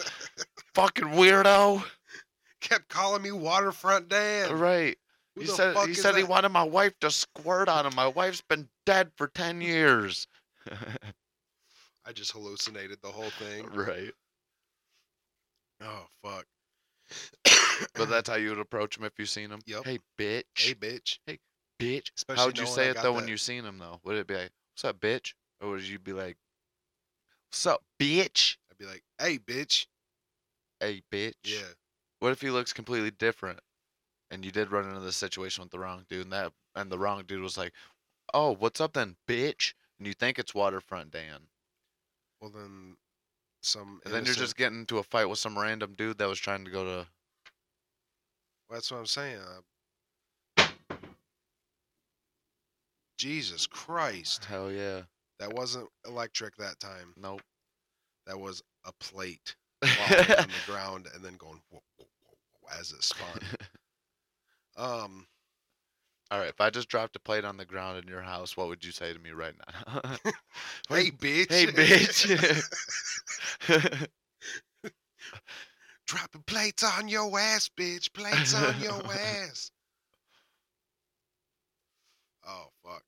[SPEAKER 3] Fucking weirdo.
[SPEAKER 2] Kept calling me Waterfront Dan.
[SPEAKER 3] Right.
[SPEAKER 2] Who
[SPEAKER 3] He
[SPEAKER 2] the
[SPEAKER 3] said
[SPEAKER 2] fuck
[SPEAKER 3] he
[SPEAKER 2] is
[SPEAKER 3] said he
[SPEAKER 2] that?
[SPEAKER 3] wanted my wife to squirt on him. My wife's been dead for ten years.
[SPEAKER 2] I just hallucinated the whole thing.
[SPEAKER 3] right.
[SPEAKER 2] Oh fuck.
[SPEAKER 3] But that's how you would approach him if you seen him.
[SPEAKER 2] Yep.
[SPEAKER 3] Hey, bitch.
[SPEAKER 2] hey, bitch.
[SPEAKER 3] bitch.
[SPEAKER 2] Especially
[SPEAKER 3] How would you
[SPEAKER 2] knowing
[SPEAKER 3] say
[SPEAKER 2] I
[SPEAKER 3] it
[SPEAKER 2] got
[SPEAKER 3] though when
[SPEAKER 2] that-
[SPEAKER 3] you seen him though? Would it be like, "What's up, bitch," or would you be like, "What's up, bitch"?
[SPEAKER 2] I'd be like, hey, bitch.
[SPEAKER 3] Hey, bitch.
[SPEAKER 2] Yeah.
[SPEAKER 3] What if he looks completely different, and you did run into this situation with the wrong dude, and that and the wrong dude was like, "Oh, what's up then, bitch?" And you think it's Waterfront Dan,
[SPEAKER 2] Well then, some.
[SPEAKER 3] and then you're
[SPEAKER 2] innocent-
[SPEAKER 3] just getting into a fight with some random dude that was trying to go to.
[SPEAKER 2] That's what I'm saying. uh, Jesus Christ.
[SPEAKER 3] Hell yeah,
[SPEAKER 2] That wasn't electric that time.
[SPEAKER 3] nope.
[SPEAKER 2] That was a plate falling on the ground and then going whoa, whoa, whoa, whoa, as it spun. Um,
[SPEAKER 3] All right, if I just dropped a plate on the ground in your house, what would you say to me right now?
[SPEAKER 2] hey, bitch.
[SPEAKER 3] hey, bitch.
[SPEAKER 2] Dropping plates on your ass, bitch. Plates on your ass. Oh fuck.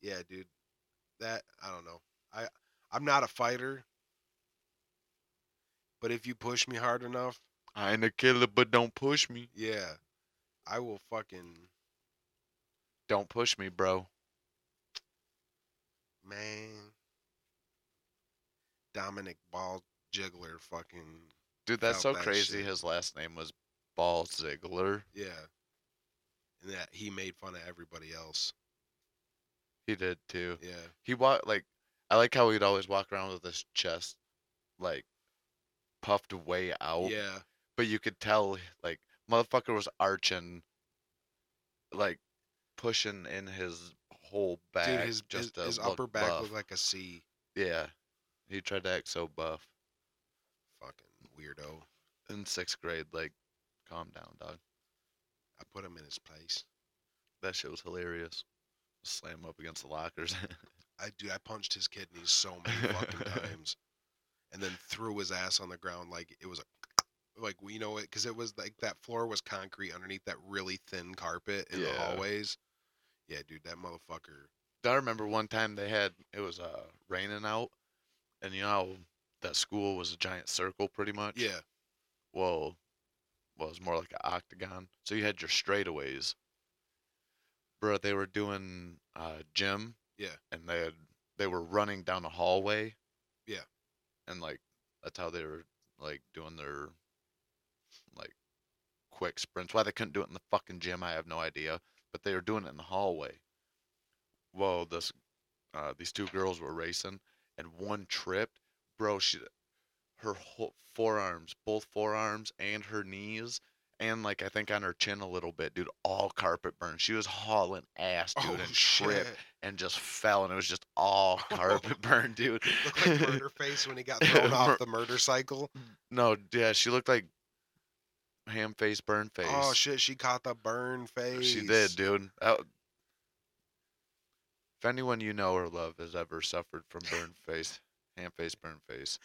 [SPEAKER 2] Yeah, dude. That I don't know. I I'm not a fighter. But if you push me hard enough,
[SPEAKER 3] I ain't a killer, but don't push me.
[SPEAKER 2] yeah, I will fucking
[SPEAKER 3] Don't push me, bro.
[SPEAKER 2] Man. Dominic Ball Jiggler fucking
[SPEAKER 3] Dude, that's so
[SPEAKER 2] Felt that
[SPEAKER 3] crazy.
[SPEAKER 2] shit.
[SPEAKER 3] His last name was Ball Ziggler.
[SPEAKER 2] yeah. And that he made fun of everybody else.
[SPEAKER 3] He did too.
[SPEAKER 2] Yeah.
[SPEAKER 3] He walked like I like how he'd always walk around with his chest like puffed way out.
[SPEAKER 2] Yeah.
[SPEAKER 3] But you could tell like motherfucker was arching like pushing in his whole back.
[SPEAKER 2] Dude, his
[SPEAKER 3] just
[SPEAKER 2] his,
[SPEAKER 3] to
[SPEAKER 2] his
[SPEAKER 3] look
[SPEAKER 2] upper back
[SPEAKER 3] buff.
[SPEAKER 2] looked like a C
[SPEAKER 3] Yeah. He tried to act so buff.
[SPEAKER 2] fucking weirdo.
[SPEAKER 3] In sixth grade, like, calm down, dog.
[SPEAKER 2] I put him in his place.
[SPEAKER 3] That shit was hilarious. Slam him up against the lockers.
[SPEAKER 2] I dude, I punched his kidneys so many fucking times. And then threw his ass on the ground like it was a like you know it because it was like that floor was concrete underneath that really thin carpet in the
[SPEAKER 3] Yeah.
[SPEAKER 2] hallways. Yeah, dude, that motherfucker.
[SPEAKER 3] I remember one time they had it was uh raining out, and you know how that school was a giant circle pretty much.
[SPEAKER 2] Yeah.
[SPEAKER 3] Well, well, it was more like an octagon. So you had your straightaways. Bro, they were doing uh gym.
[SPEAKER 2] Yeah.
[SPEAKER 3] And they had they were running down a hallway.
[SPEAKER 2] Yeah.
[SPEAKER 3] And like that's how they were like doing their like quick sprints. Why they couldn't do it in the fucking gym, I have no idea. But they were doing it in the hallway. Well, this uh, these two girls were racing, and one tripped. Bro, she her whole forearms, both forearms, and her knees. And like I think on her chin a little bit, dude, all carpet burn. She was hauling ass, dude,
[SPEAKER 2] Oh
[SPEAKER 3] and
[SPEAKER 2] shit!
[SPEAKER 3] tripped and just fell, and it was just all carpet burn, dude.
[SPEAKER 2] Looked like murder face when he got thrown
[SPEAKER 3] Mur-
[SPEAKER 2] off the murder cycle.
[SPEAKER 3] no, yeah, she looked like ham face, burn face.
[SPEAKER 2] Oh shit! She caught the burn face.
[SPEAKER 3] she did, dude. That- if anyone you know or love has ever suffered from burn face, ham face, burn face,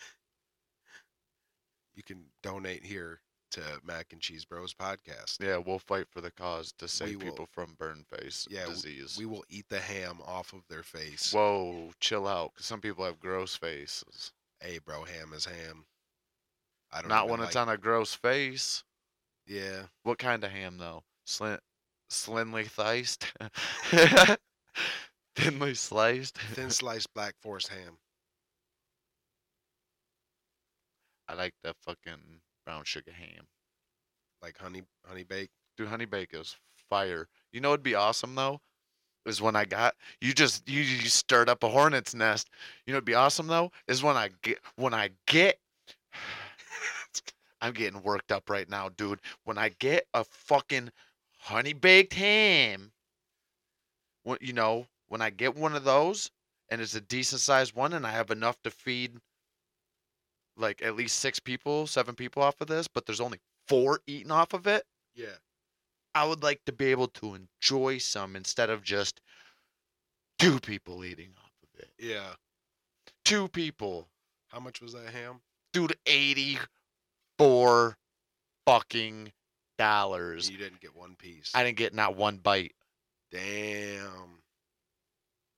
[SPEAKER 2] You can donate here to Mac and Cheese Bros podcast.
[SPEAKER 3] yeah, we'll fight for the cause to save
[SPEAKER 2] will.
[SPEAKER 3] people from burn face
[SPEAKER 2] Yeah, w-
[SPEAKER 3] disease.
[SPEAKER 2] We will eat the ham off of their face.
[SPEAKER 3] Whoa, chill out, 'cause some people have gross faces.
[SPEAKER 2] hey, bro, ham is ham. I don't
[SPEAKER 3] Not
[SPEAKER 2] even
[SPEAKER 3] when it's
[SPEAKER 2] like-
[SPEAKER 3] on a gross face.
[SPEAKER 2] Yeah,
[SPEAKER 3] What kind of ham though? Slim, slimly sliced, thinly sliced.
[SPEAKER 2] thin sliced black forest ham.
[SPEAKER 3] I like the fucking brown sugar ham.
[SPEAKER 2] like honey honey bake.
[SPEAKER 3] Dude, honey bake is fire. You know, it'd be awesome though, is when I got you just you, you stirred up a hornet's nest. You know, it'd be awesome though, is when I get when I get. I'm getting worked up right now, dude. When I get a fucking honey baked ham, when, you know, when I get one of those and it's a decent sized one and I have enough to feed like at least six people, seven people off of this, but there's only four eating off of it,
[SPEAKER 2] Yeah.
[SPEAKER 3] I would like to be able to enjoy some instead of just two people eating off of it.
[SPEAKER 2] Yeah.
[SPEAKER 3] Two people,
[SPEAKER 2] How much was that ham?
[SPEAKER 3] dude, eighty-four fucking dollars.
[SPEAKER 2] You didn't get one piece.
[SPEAKER 3] I didn't get not one bite.
[SPEAKER 2] Damn.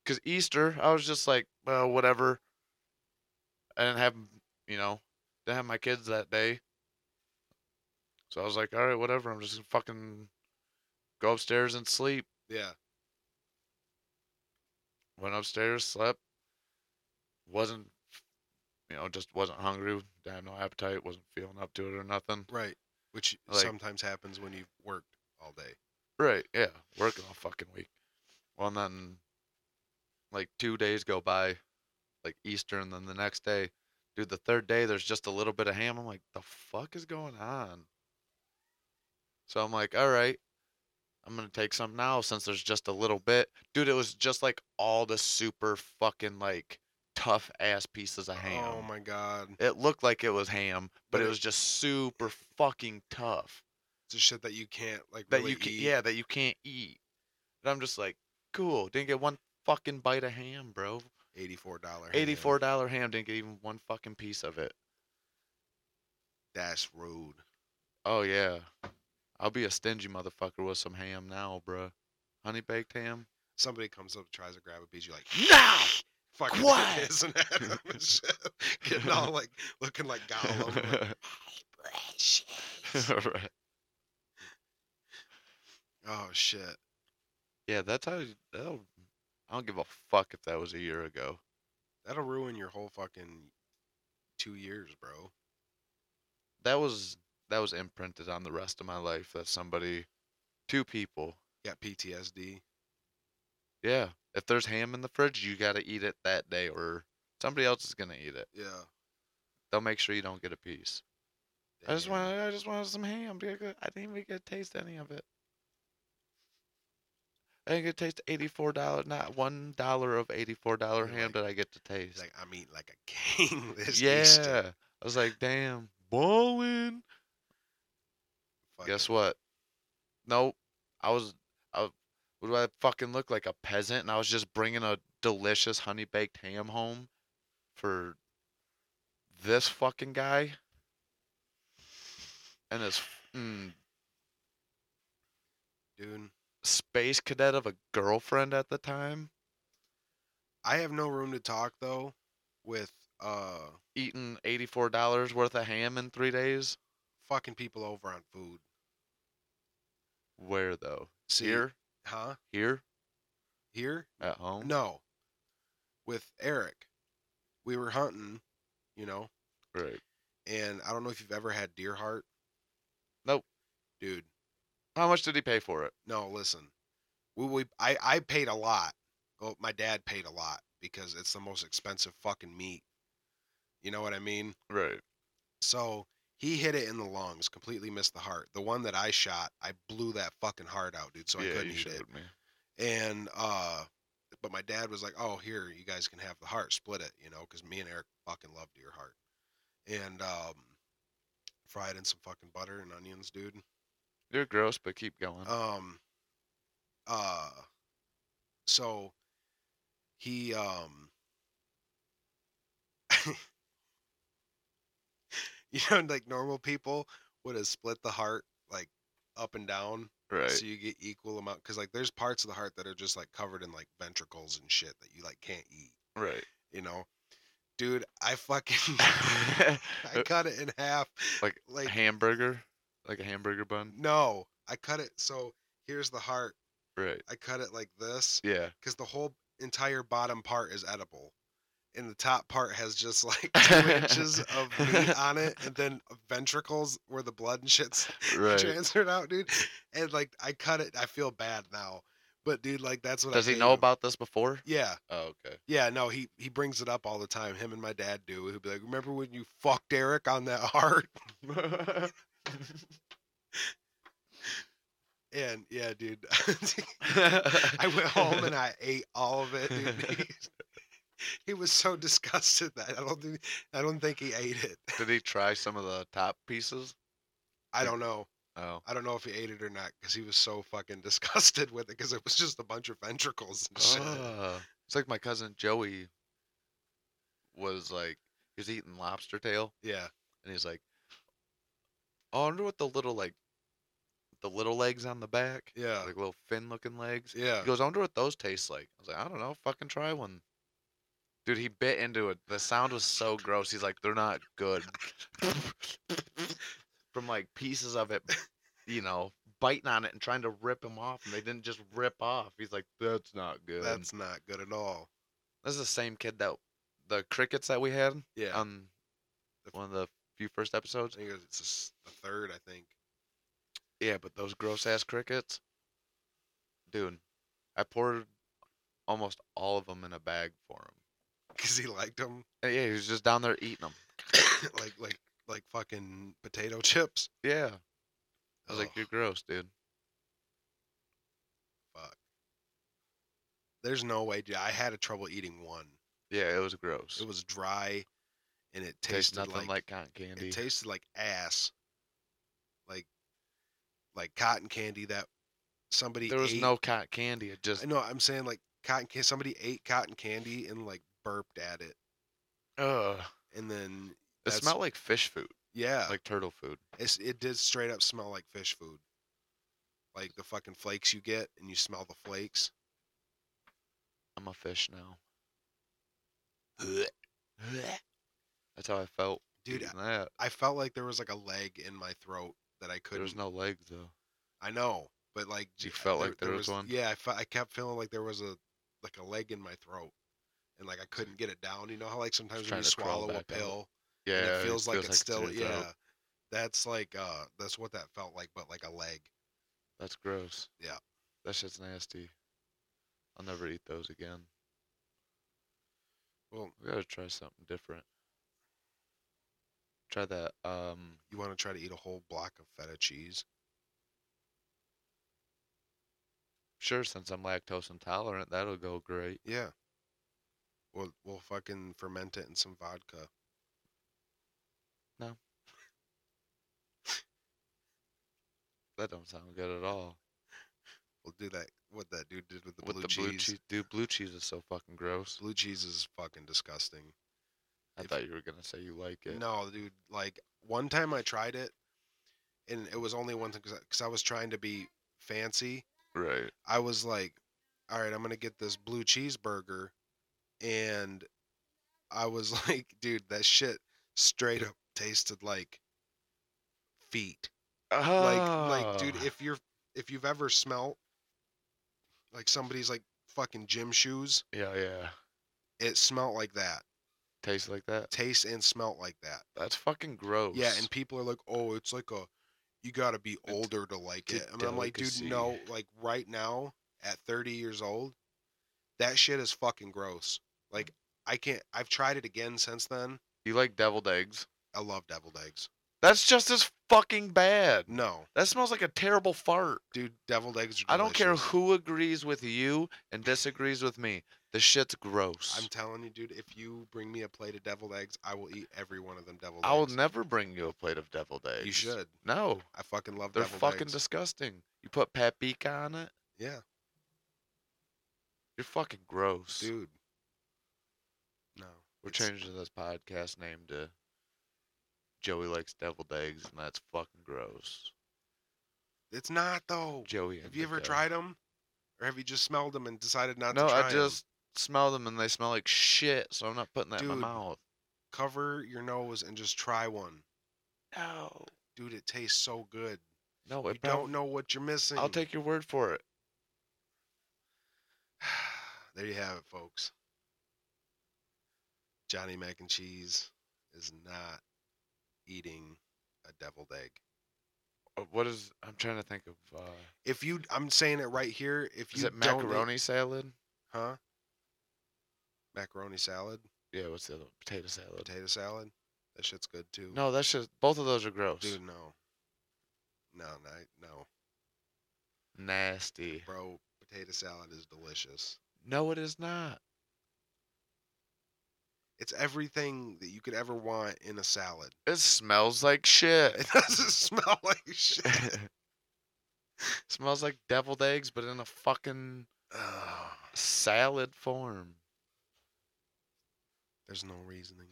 [SPEAKER 3] Cause Easter, I was just like, well, whatever. I didn't have, you know, didn't have my kids that day. So I was like, all right, whatever. I'm just gonna fucking go upstairs and sleep.
[SPEAKER 2] Yeah.
[SPEAKER 3] went upstairs, slept, wasn't, you know, just wasn't hungry, had no appetite, wasn't feeling up to it or nothing.
[SPEAKER 2] Right. Which
[SPEAKER 3] Like-
[SPEAKER 2] sometimes happens when you've worked all day.
[SPEAKER 3] Right, yeah, working all fucking week. Well, and then, like, two days go by, like Easter, and then the next day, dude, the third day, there's just a little bit of ham. I'm like, the fuck is going on? So I'm like, all right, I'm gonna take some now since there's just a little bit. Dude, it was just like all the super fucking like tough ass pieces of ham.
[SPEAKER 2] Oh my god.
[SPEAKER 3] It looked like it was ham, but,
[SPEAKER 2] But
[SPEAKER 3] it
[SPEAKER 2] it-
[SPEAKER 3] was just super fucking tough
[SPEAKER 2] It's the shit that you can't like
[SPEAKER 3] that
[SPEAKER 2] really
[SPEAKER 3] you can,
[SPEAKER 2] eat.
[SPEAKER 3] yeah that you can't eat. And I'm just like, cool. Didn't get one fucking bite of ham, bro.
[SPEAKER 2] Eighty four dollar
[SPEAKER 3] Eighty four dollar ham. Didn't get even one fucking piece of it.
[SPEAKER 2] That's rude.
[SPEAKER 3] Oh yeah, I'll be a stingy motherfucker with some ham now, bro. Honey baked ham.
[SPEAKER 2] Somebody comes up, tries to grab a piece, you're like
[SPEAKER 3] No.
[SPEAKER 2] fucking
[SPEAKER 3] Quiet!
[SPEAKER 2] hissing at him and shit. Getting all like looking like Gollum. like, precious.
[SPEAKER 3] Right.
[SPEAKER 2] oh shit.
[SPEAKER 3] Yeah, that's how. That'll, I don't give a fuck if that was a year ago.
[SPEAKER 2] That'll ruin your whole fucking two years, bro.
[SPEAKER 3] That was that was imprinted on the rest of my life. That somebody, two people,
[SPEAKER 2] You got PTSD.
[SPEAKER 3] Yeah. If there's ham in the fridge, you got to eat it that day or somebody else is going to eat it.
[SPEAKER 2] Yeah.
[SPEAKER 3] They'll make sure you don't get a piece. I just
[SPEAKER 2] Damn.
[SPEAKER 3] want I just wanted some ham. dude. I didn't even get to taste any of it. I didn't get to taste $84, not $1 of $84
[SPEAKER 2] You're
[SPEAKER 3] ham
[SPEAKER 2] like-
[SPEAKER 3] that I get to
[SPEAKER 2] He's
[SPEAKER 3] taste.
[SPEAKER 2] like, I'm eating like a king this
[SPEAKER 3] yeah.
[SPEAKER 2] Easter.
[SPEAKER 3] I was like, damn, ballin'.
[SPEAKER 2] Fucking-
[SPEAKER 3] Guess what? Nope. I was, I, what do I fucking look like? A peasant? And I was just bringing a delicious honey baked ham home for this fucking guy and his mm,
[SPEAKER 2] Dude,
[SPEAKER 3] space cadet of a girlfriend at the time
[SPEAKER 2] I have no room to talk though with uh
[SPEAKER 3] eating $84 worth of ham in three days.
[SPEAKER 2] fucking people over on food.
[SPEAKER 3] Where though?
[SPEAKER 2] See,
[SPEAKER 3] Here?
[SPEAKER 2] Huh?
[SPEAKER 3] Here? Oh.
[SPEAKER 2] Here?
[SPEAKER 3] At home?
[SPEAKER 2] No. with Eric. We were hunting, you know,
[SPEAKER 3] Right.
[SPEAKER 2] and I don't know if you've ever had deer heart.
[SPEAKER 3] Nope.
[SPEAKER 2] Dude,
[SPEAKER 3] How much did he pay for it?
[SPEAKER 2] no, listen. We, we I, I paid a lot. Well, my dad paid a lot because it's the most expensive fucking meat. You know what I mean?
[SPEAKER 3] Right.
[SPEAKER 2] So he hit it in the lungs, completely missed the heart. The one that I shot, I blew that fucking heart out, dude. So I
[SPEAKER 3] yeah,
[SPEAKER 2] couldn't
[SPEAKER 3] you
[SPEAKER 2] eat it.
[SPEAKER 3] showed me.
[SPEAKER 2] And uh, but my dad was like, "Oh, here, you guys can have the heart, split it," you know, because me and Eric fucking love deer heart. And um, fried in some fucking butter and onions, dude.
[SPEAKER 3] You're gross, but keep going.
[SPEAKER 2] Um, uh, so he, um, you know, like normal people would have split the heart like up and down
[SPEAKER 3] right.
[SPEAKER 2] so you get equal amount. Cause like there's parts of the heart that are just like covered in like ventricles and shit that you like can't eat,
[SPEAKER 3] right.
[SPEAKER 2] you know? Dude, I fucking, I
[SPEAKER 3] Uh,
[SPEAKER 2] cut it in half.
[SPEAKER 3] Like,
[SPEAKER 2] like,
[SPEAKER 3] hamburger, like a hamburger bun.
[SPEAKER 2] no, I cut it. So here's the heart.
[SPEAKER 3] Right.
[SPEAKER 2] I cut it like this.
[SPEAKER 3] Yeah.
[SPEAKER 2] because the whole entire bottom part is edible, and the top part has just like two inches of meat on it, and then ventricles where the blood and shit's
[SPEAKER 3] Right.
[SPEAKER 2] transferred out, dude. And like I cut it, I feel bad now, but dude, like that's what. I
[SPEAKER 3] Does he
[SPEAKER 2] gave
[SPEAKER 3] know
[SPEAKER 2] him.
[SPEAKER 3] about this before?
[SPEAKER 2] Yeah,
[SPEAKER 3] Oh, okay.
[SPEAKER 2] yeah, no, he he brings it up all the time. Him and my dad do. He'll be like, "Remember when you fucked Eric on that heart?" And yeah, dude. I went home and I ate all of it. Dude. He, he was so disgusted that I don't think I don't think he ate it.
[SPEAKER 3] Did he try some of the top pieces?
[SPEAKER 2] I don't know.
[SPEAKER 3] Oh.
[SPEAKER 2] I don't know if he ate it or not because he was so fucking disgusted with it because it was just a bunch of ventricles and shit.
[SPEAKER 3] Ah. It's like my cousin Joey was like, he was eating lobster tail,
[SPEAKER 2] Yeah,
[SPEAKER 3] and he's like, oh, I wonder what the little like, the little legs on the back,
[SPEAKER 2] yeah,
[SPEAKER 3] like little fin looking legs.
[SPEAKER 2] yeah.
[SPEAKER 3] He goes, I wonder what those taste like. I was like, I don't know. Fucking try one. Dude, he bit into it. The sound was so gross. He's like, they're not good. From like pieces of it, you know, biting on it and trying to rip him off, and they didn't just rip off. He's like, that's not good.
[SPEAKER 2] That's not good at all.
[SPEAKER 3] This is the same kid that the crickets that we had
[SPEAKER 2] Yeah,
[SPEAKER 3] on one of the few first
[SPEAKER 2] I
[SPEAKER 3] episodes.
[SPEAKER 2] think it was the s- the third. I think.
[SPEAKER 3] Yeah, but those gross ass crickets, dude. I poured almost all of them in a bag for him.
[SPEAKER 2] Cause he liked them,
[SPEAKER 3] Uh, Yeah, he was just down there eating them.
[SPEAKER 2] like like like fucking potato chips.
[SPEAKER 3] Yeah. I was
[SPEAKER 2] Ugh.
[SPEAKER 3] like, you're gross, dude.
[SPEAKER 2] There's no way, dude. I had a trouble eating one.
[SPEAKER 3] Yeah, it was gross.
[SPEAKER 2] It was dry, and it
[SPEAKER 3] Tastes
[SPEAKER 2] tasted
[SPEAKER 3] nothing like,
[SPEAKER 2] like
[SPEAKER 3] cotton candy.
[SPEAKER 2] It tasted like ass, like like cotton candy that somebody.
[SPEAKER 3] there was
[SPEAKER 2] ate.
[SPEAKER 3] no cotton candy. It just,
[SPEAKER 2] I know. I'm saying like cotton candy. Somebody ate cotton candy and like burped at it,
[SPEAKER 3] ugh.
[SPEAKER 2] and then
[SPEAKER 3] It
[SPEAKER 2] that's- uh,
[SPEAKER 3] smelled like fish food,
[SPEAKER 2] yeah, like
[SPEAKER 3] like turtle food.
[SPEAKER 2] it's, it did straight up smell like fish food, like the fucking flakes you get, and you smell the flakes.
[SPEAKER 3] I'm a fish now. That's how I felt.
[SPEAKER 2] Dude,
[SPEAKER 3] eating that.
[SPEAKER 2] I felt like there was like a leg in my throat that I
[SPEAKER 3] There
[SPEAKER 2] couldn't.
[SPEAKER 3] was no legs, though.
[SPEAKER 2] I know, but like
[SPEAKER 3] You
[SPEAKER 2] j-
[SPEAKER 3] felt like there was one?
[SPEAKER 2] Yeah, I, fe- I kept feeling like there was a like a leg in my throat, and like I couldn't get it down. You know how like sometimes when
[SPEAKER 3] trying
[SPEAKER 2] you
[SPEAKER 3] to crawl
[SPEAKER 2] swallow a
[SPEAKER 3] back out.
[SPEAKER 2] pill
[SPEAKER 3] Yeah.
[SPEAKER 2] and it feels like it's
[SPEAKER 3] in
[SPEAKER 2] still
[SPEAKER 3] your throat.
[SPEAKER 2] yeah. That's like uh that's what that felt like, but like a leg.
[SPEAKER 3] That's gross.
[SPEAKER 2] Yeah.
[SPEAKER 3] That shit's nasty. I'll never eat those again.
[SPEAKER 2] Well,
[SPEAKER 3] We gotta try something different. Try that. Um,
[SPEAKER 2] you want to try to eat a whole block of feta cheese?
[SPEAKER 3] sure, since I'm lactose intolerant, that'll go great.
[SPEAKER 2] Yeah. We'll we'll fucking ferment it in some vodka.
[SPEAKER 3] That don't sound good at all.
[SPEAKER 2] We'll do that. What that dude did with the
[SPEAKER 3] With
[SPEAKER 2] blue
[SPEAKER 3] the
[SPEAKER 2] cheese.
[SPEAKER 3] blue cheese, dude, blue cheese is so fucking gross.
[SPEAKER 2] Blue cheese is fucking disgusting.
[SPEAKER 3] I
[SPEAKER 2] If-
[SPEAKER 3] thought you were gonna say you like it.
[SPEAKER 2] No, dude. Like one time I tried it, and it was only one thing because I was trying to be fancy.
[SPEAKER 3] Right.
[SPEAKER 2] I was like, "All right, I'm gonna get this blue cheeseburger," and I was like, "Dude, that shit straight up tasted like feet." Like,
[SPEAKER 3] Ah, Oh.
[SPEAKER 2] like, dude, if you're if you've ever smelt like somebody's like fucking gym shoes,
[SPEAKER 3] yeah, yeah,
[SPEAKER 2] It smelt like that.
[SPEAKER 3] Tastes like that.
[SPEAKER 2] Taste and smelt like that.
[SPEAKER 3] That's fucking gross.
[SPEAKER 2] Yeah, and people are like, "Oh, it's like a you got to be older to like
[SPEAKER 3] it's
[SPEAKER 2] it."
[SPEAKER 3] a
[SPEAKER 2] And I'm like, "Dude,
[SPEAKER 3] delicacy."
[SPEAKER 2] no, like right now at 30 years old, that shit is fucking gross. Like I can't I've tried it again since then.
[SPEAKER 3] you like deviled eggs?
[SPEAKER 2] I love deviled eggs.
[SPEAKER 3] That's just as fucking bad.
[SPEAKER 2] No,
[SPEAKER 3] That smells like a terrible fart.
[SPEAKER 2] dude, deviled eggs are
[SPEAKER 3] I don't care
[SPEAKER 2] delicious.
[SPEAKER 3] who agrees with you and disagrees with me. The shit's gross.
[SPEAKER 2] I'm telling you, dude, if you bring me a plate of deviled eggs, I will eat every one of them deviled
[SPEAKER 3] I will
[SPEAKER 2] eggs.
[SPEAKER 3] never bring you a plate of deviled eggs.
[SPEAKER 2] You should.
[SPEAKER 3] No,
[SPEAKER 2] I fucking love
[SPEAKER 3] they're
[SPEAKER 2] deviled
[SPEAKER 3] fucking
[SPEAKER 2] eggs.
[SPEAKER 3] disgusting. You put paprika on it.
[SPEAKER 2] yeah,
[SPEAKER 3] You're fucking gross.
[SPEAKER 2] dude. No.
[SPEAKER 3] We're
[SPEAKER 2] it's-
[SPEAKER 3] changing this podcast name to Joey likes deviled eggs, and that's fucking gross.
[SPEAKER 2] It's not though.
[SPEAKER 3] Joey,
[SPEAKER 2] Have you ever
[SPEAKER 3] Indigo.
[SPEAKER 2] tried them, or have you just smelled them and decided not
[SPEAKER 3] No,
[SPEAKER 2] to try
[SPEAKER 3] I
[SPEAKER 2] 'em?
[SPEAKER 3] just smell them and they smell like shit, so I'm not putting that in
[SPEAKER 2] Dude.
[SPEAKER 3] my mouth.
[SPEAKER 2] cover your nose and just try one,
[SPEAKER 3] No,
[SPEAKER 2] dude. It tastes so good.
[SPEAKER 3] no, it
[SPEAKER 2] you don't know what you're missing.
[SPEAKER 3] I'll take your word for it.
[SPEAKER 2] there you have it, folks. Johnny Mac and Cheese is not eating a deviled egg.
[SPEAKER 3] Uh, What is? I'm trying to think of. Uh,
[SPEAKER 2] If you, I'm saying it right here. If you
[SPEAKER 3] is it
[SPEAKER 2] don't eat-
[SPEAKER 3] macaroni salad?
[SPEAKER 2] huh? Macaroni salad,
[SPEAKER 3] Yeah, what's the other one? Potato salad.
[SPEAKER 2] potato salad. That shit's good too.
[SPEAKER 3] No, that's just both of those are gross.
[SPEAKER 2] dude, no, no, no, no.
[SPEAKER 3] Nasty.
[SPEAKER 2] Bro, potato salad is delicious.
[SPEAKER 3] No, it is not.
[SPEAKER 2] It's everything that you could ever want in a salad.
[SPEAKER 3] It smells like shit.
[SPEAKER 2] It doesn't smell like shit.
[SPEAKER 3] smells like deviled eggs, but in a fucking
[SPEAKER 2] Ugh,
[SPEAKER 3] salad form.
[SPEAKER 2] there's no reasoning.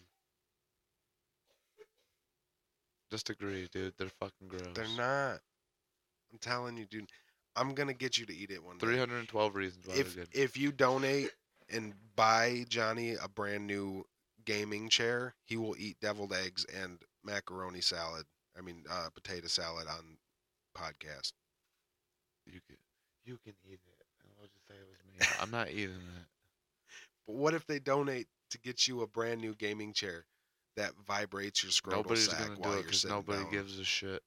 [SPEAKER 3] Just agree, dude. They're fucking gross.
[SPEAKER 2] They're not. I'm telling you, dude. I'm gonna get you to eat it one day.
[SPEAKER 3] 312 reasons why
[SPEAKER 2] If
[SPEAKER 3] they're good.
[SPEAKER 2] if you donate and buy Johnny a brand new gaming chair, he will eat deviled eggs and macaroni salad. I mean, uh, potato salad on podcast.
[SPEAKER 3] You can, you can eat it. And I'll just say it was me. I'm not eating it.
[SPEAKER 2] But what if they donate to get you a brand new gaming chair that vibrates your scrotal
[SPEAKER 3] Nobody's
[SPEAKER 2] sack
[SPEAKER 3] gonna do
[SPEAKER 2] while
[SPEAKER 3] it
[SPEAKER 2] you're
[SPEAKER 3] because
[SPEAKER 2] sitting
[SPEAKER 3] nobody
[SPEAKER 2] down?
[SPEAKER 3] gives a shit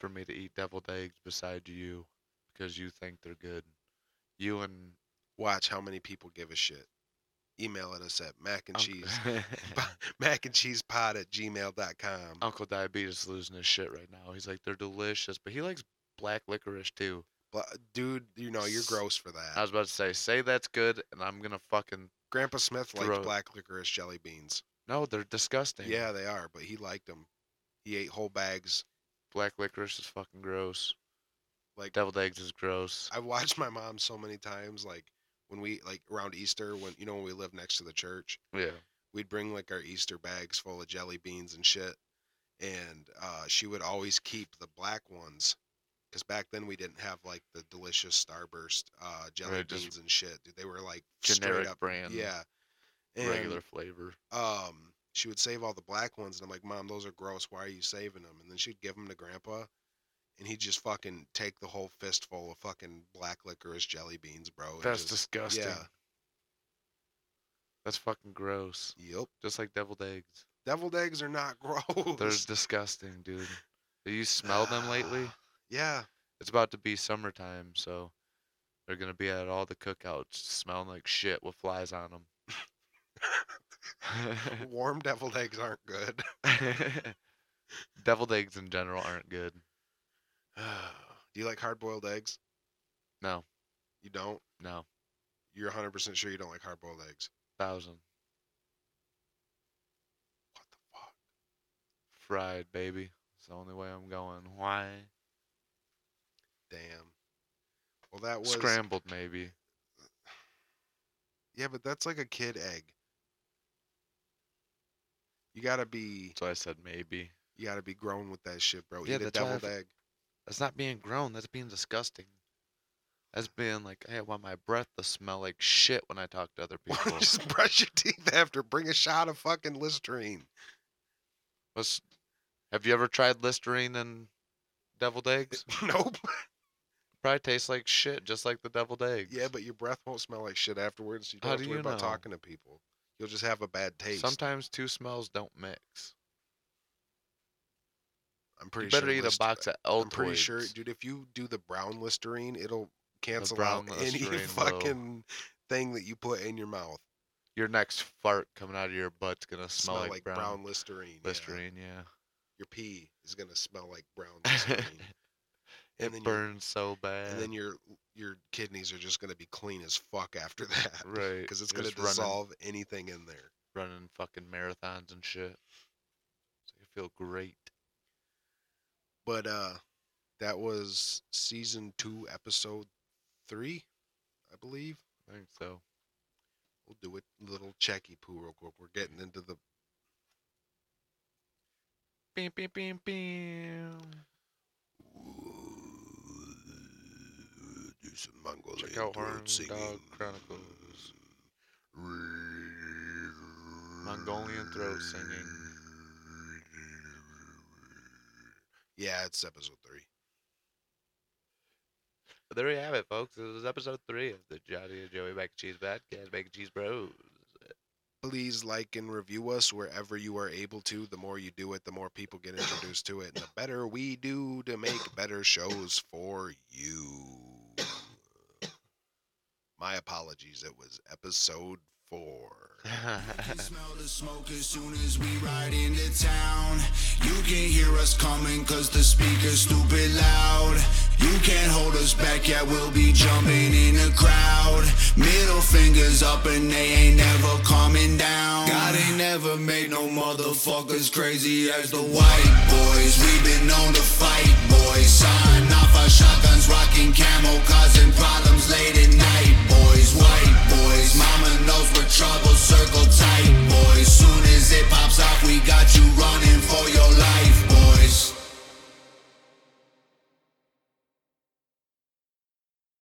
[SPEAKER 3] for me to eat deviled eggs beside you because you think they're good. You and
[SPEAKER 2] Watch how many people give a shit. Email at us at mac and
[SPEAKER 3] Uncle-
[SPEAKER 2] cheese mac and cheese pod at gmail.com.
[SPEAKER 3] Uncle Diabetes losing his shit right now. He's like, they're delicious, but he likes black licorice too.
[SPEAKER 2] Bla- uh, Dude, you know you're
[SPEAKER 3] S-
[SPEAKER 2] gross for
[SPEAKER 3] I
[SPEAKER 2] that.
[SPEAKER 3] was about to say, say that's good, and I'm gonna fucking
[SPEAKER 2] Grandpa Smith liked
[SPEAKER 3] Throat.
[SPEAKER 2] black licorice jelly beans.
[SPEAKER 3] no, they're disgusting.
[SPEAKER 2] Yeah, they are, but he liked them. He ate whole bags.
[SPEAKER 3] black licorice is fucking gross.
[SPEAKER 2] Like
[SPEAKER 3] Deviled eggs is gross.
[SPEAKER 2] I've watched my mom so many times. Like when we like around Easter, when you know when we lived next to the church,
[SPEAKER 3] Yeah,
[SPEAKER 2] we'd bring like our Easter bags full of jelly beans and shit. And uh, she would always keep the black ones because back then we didn't have like the delicious Starburst uh, jelly
[SPEAKER 3] Right, just
[SPEAKER 2] beans and shit. Dude, they were like straight
[SPEAKER 3] generic
[SPEAKER 2] up,
[SPEAKER 3] brand.
[SPEAKER 2] yeah, and,
[SPEAKER 3] regular flavor.
[SPEAKER 2] Um, she would save all the black ones, and I'm like, Mom, those are gross. Why are you saving them? And then she'd give them to Grandpa, and he'd just fucking take the whole fistful of fucking black licorice jelly beans, bro. and
[SPEAKER 3] That's
[SPEAKER 2] just,
[SPEAKER 3] disgusting.
[SPEAKER 2] yeah.
[SPEAKER 3] That's fucking gross.
[SPEAKER 2] Yep.
[SPEAKER 3] Just like deviled eggs.
[SPEAKER 2] Deviled eggs are not gross.
[SPEAKER 3] They're disgusting, dude. Do you smell them lately?
[SPEAKER 2] yeah.
[SPEAKER 3] It's about to be summertime, so they're gonna be at all the cookouts, smelling like shit with flies on them.
[SPEAKER 2] warm deviled eggs aren't good.
[SPEAKER 3] deviled eggs in general aren't good.
[SPEAKER 2] Do you like hard boiled eggs?
[SPEAKER 3] No.
[SPEAKER 2] You don't?
[SPEAKER 3] No,
[SPEAKER 2] You're 100% sure you don't like hard boiled eggs.
[SPEAKER 3] thousand
[SPEAKER 2] What the fuck?
[SPEAKER 3] fried, baby. It's the only way I'm going. Why?
[SPEAKER 2] Damn. Well, that was.
[SPEAKER 3] Scrambled, maybe.
[SPEAKER 2] Yeah, but that's like a kid egg. You gotta be,
[SPEAKER 3] So I said maybe.
[SPEAKER 2] you gotta be grown with that shit, bro.
[SPEAKER 3] Yeah,
[SPEAKER 2] Eat a
[SPEAKER 3] that's why I've-
[SPEAKER 2] deviled egg.
[SPEAKER 3] That's not being grown. That's being disgusting. That's being like, hey, I want my breath to smell like shit when I talk to other people.
[SPEAKER 2] Just brush your teeth after. Bring a shot of fucking Listerine.
[SPEAKER 3] What's, have you ever tried Listerine and deviled eggs?
[SPEAKER 2] nope.
[SPEAKER 3] Probably tastes like shit, just like the deviled eggs.
[SPEAKER 2] Yeah, but your breath won't smell like shit afterwards. You don't
[SPEAKER 3] How
[SPEAKER 2] have
[SPEAKER 3] do
[SPEAKER 2] to worry
[SPEAKER 3] you
[SPEAKER 2] about
[SPEAKER 3] know?
[SPEAKER 2] talking to people. You'll just have a bad taste.
[SPEAKER 3] Sometimes two smells don't mix.
[SPEAKER 2] I'm pretty
[SPEAKER 3] you better
[SPEAKER 2] sure.
[SPEAKER 3] eat a
[SPEAKER 2] List- uh,
[SPEAKER 3] box of Eltoids.
[SPEAKER 2] I'm pretty sure, dude. If you do the brown Listerine, it'll cancel out
[SPEAKER 3] brown
[SPEAKER 2] any
[SPEAKER 3] Listerine will.
[SPEAKER 2] fucking thing that you put in your mouth.
[SPEAKER 3] Your next fart coming out of your butt's gonna smell,
[SPEAKER 2] Smell,
[SPEAKER 3] like, brown,
[SPEAKER 2] Listerine. yeah.
[SPEAKER 3] Listerine. Yeah,
[SPEAKER 2] Your pee is gonna smell like brown Listerine, and then
[SPEAKER 3] it
[SPEAKER 2] your,
[SPEAKER 3] burns so bad.
[SPEAKER 2] and then your your kidneys are just gonna be clean as fuck after that,
[SPEAKER 3] right,
[SPEAKER 2] Because it's
[SPEAKER 3] you're
[SPEAKER 2] gonna
[SPEAKER 3] just running-
[SPEAKER 2] dissolve anything in there.
[SPEAKER 3] Running, fucking marathons and shit. So you feel great.
[SPEAKER 2] But uh, that was season two, episode three, I believe.
[SPEAKER 3] I think so.
[SPEAKER 2] We'll do a little checky poo real quick. We're getting into the
[SPEAKER 3] Bam, bam, bam, bam.
[SPEAKER 2] Do some Mongolian
[SPEAKER 3] Check out
[SPEAKER 2] throat
[SPEAKER 3] Horn
[SPEAKER 2] singing.
[SPEAKER 3] Dog Chronicles. Mongolian throat singing.
[SPEAKER 2] Yeah, it's episode three.
[SPEAKER 3] But there you have it, folks. This is episode three of the Johnny and Joey Mac and Cheese Podcast, Mac and Cheese Bros.
[SPEAKER 2] Please like and review us wherever you are able to. The more you do it, the more people get introduced to it, and the better we do to make better shows for you. My apologies. It was episode four.
[SPEAKER 1] can smell the smoke as soon as we ride into town. You can hear us coming cause the speaker's stupid loud. You can't hold us back, yeah, we'll be jumping in the crowd. Middle fingers up and they ain't never coming down. God ain't never made no motherfuckers crazy as the white boys. We've been known to fight, boys. Sign off our shotguns, rocking camo, causing problems.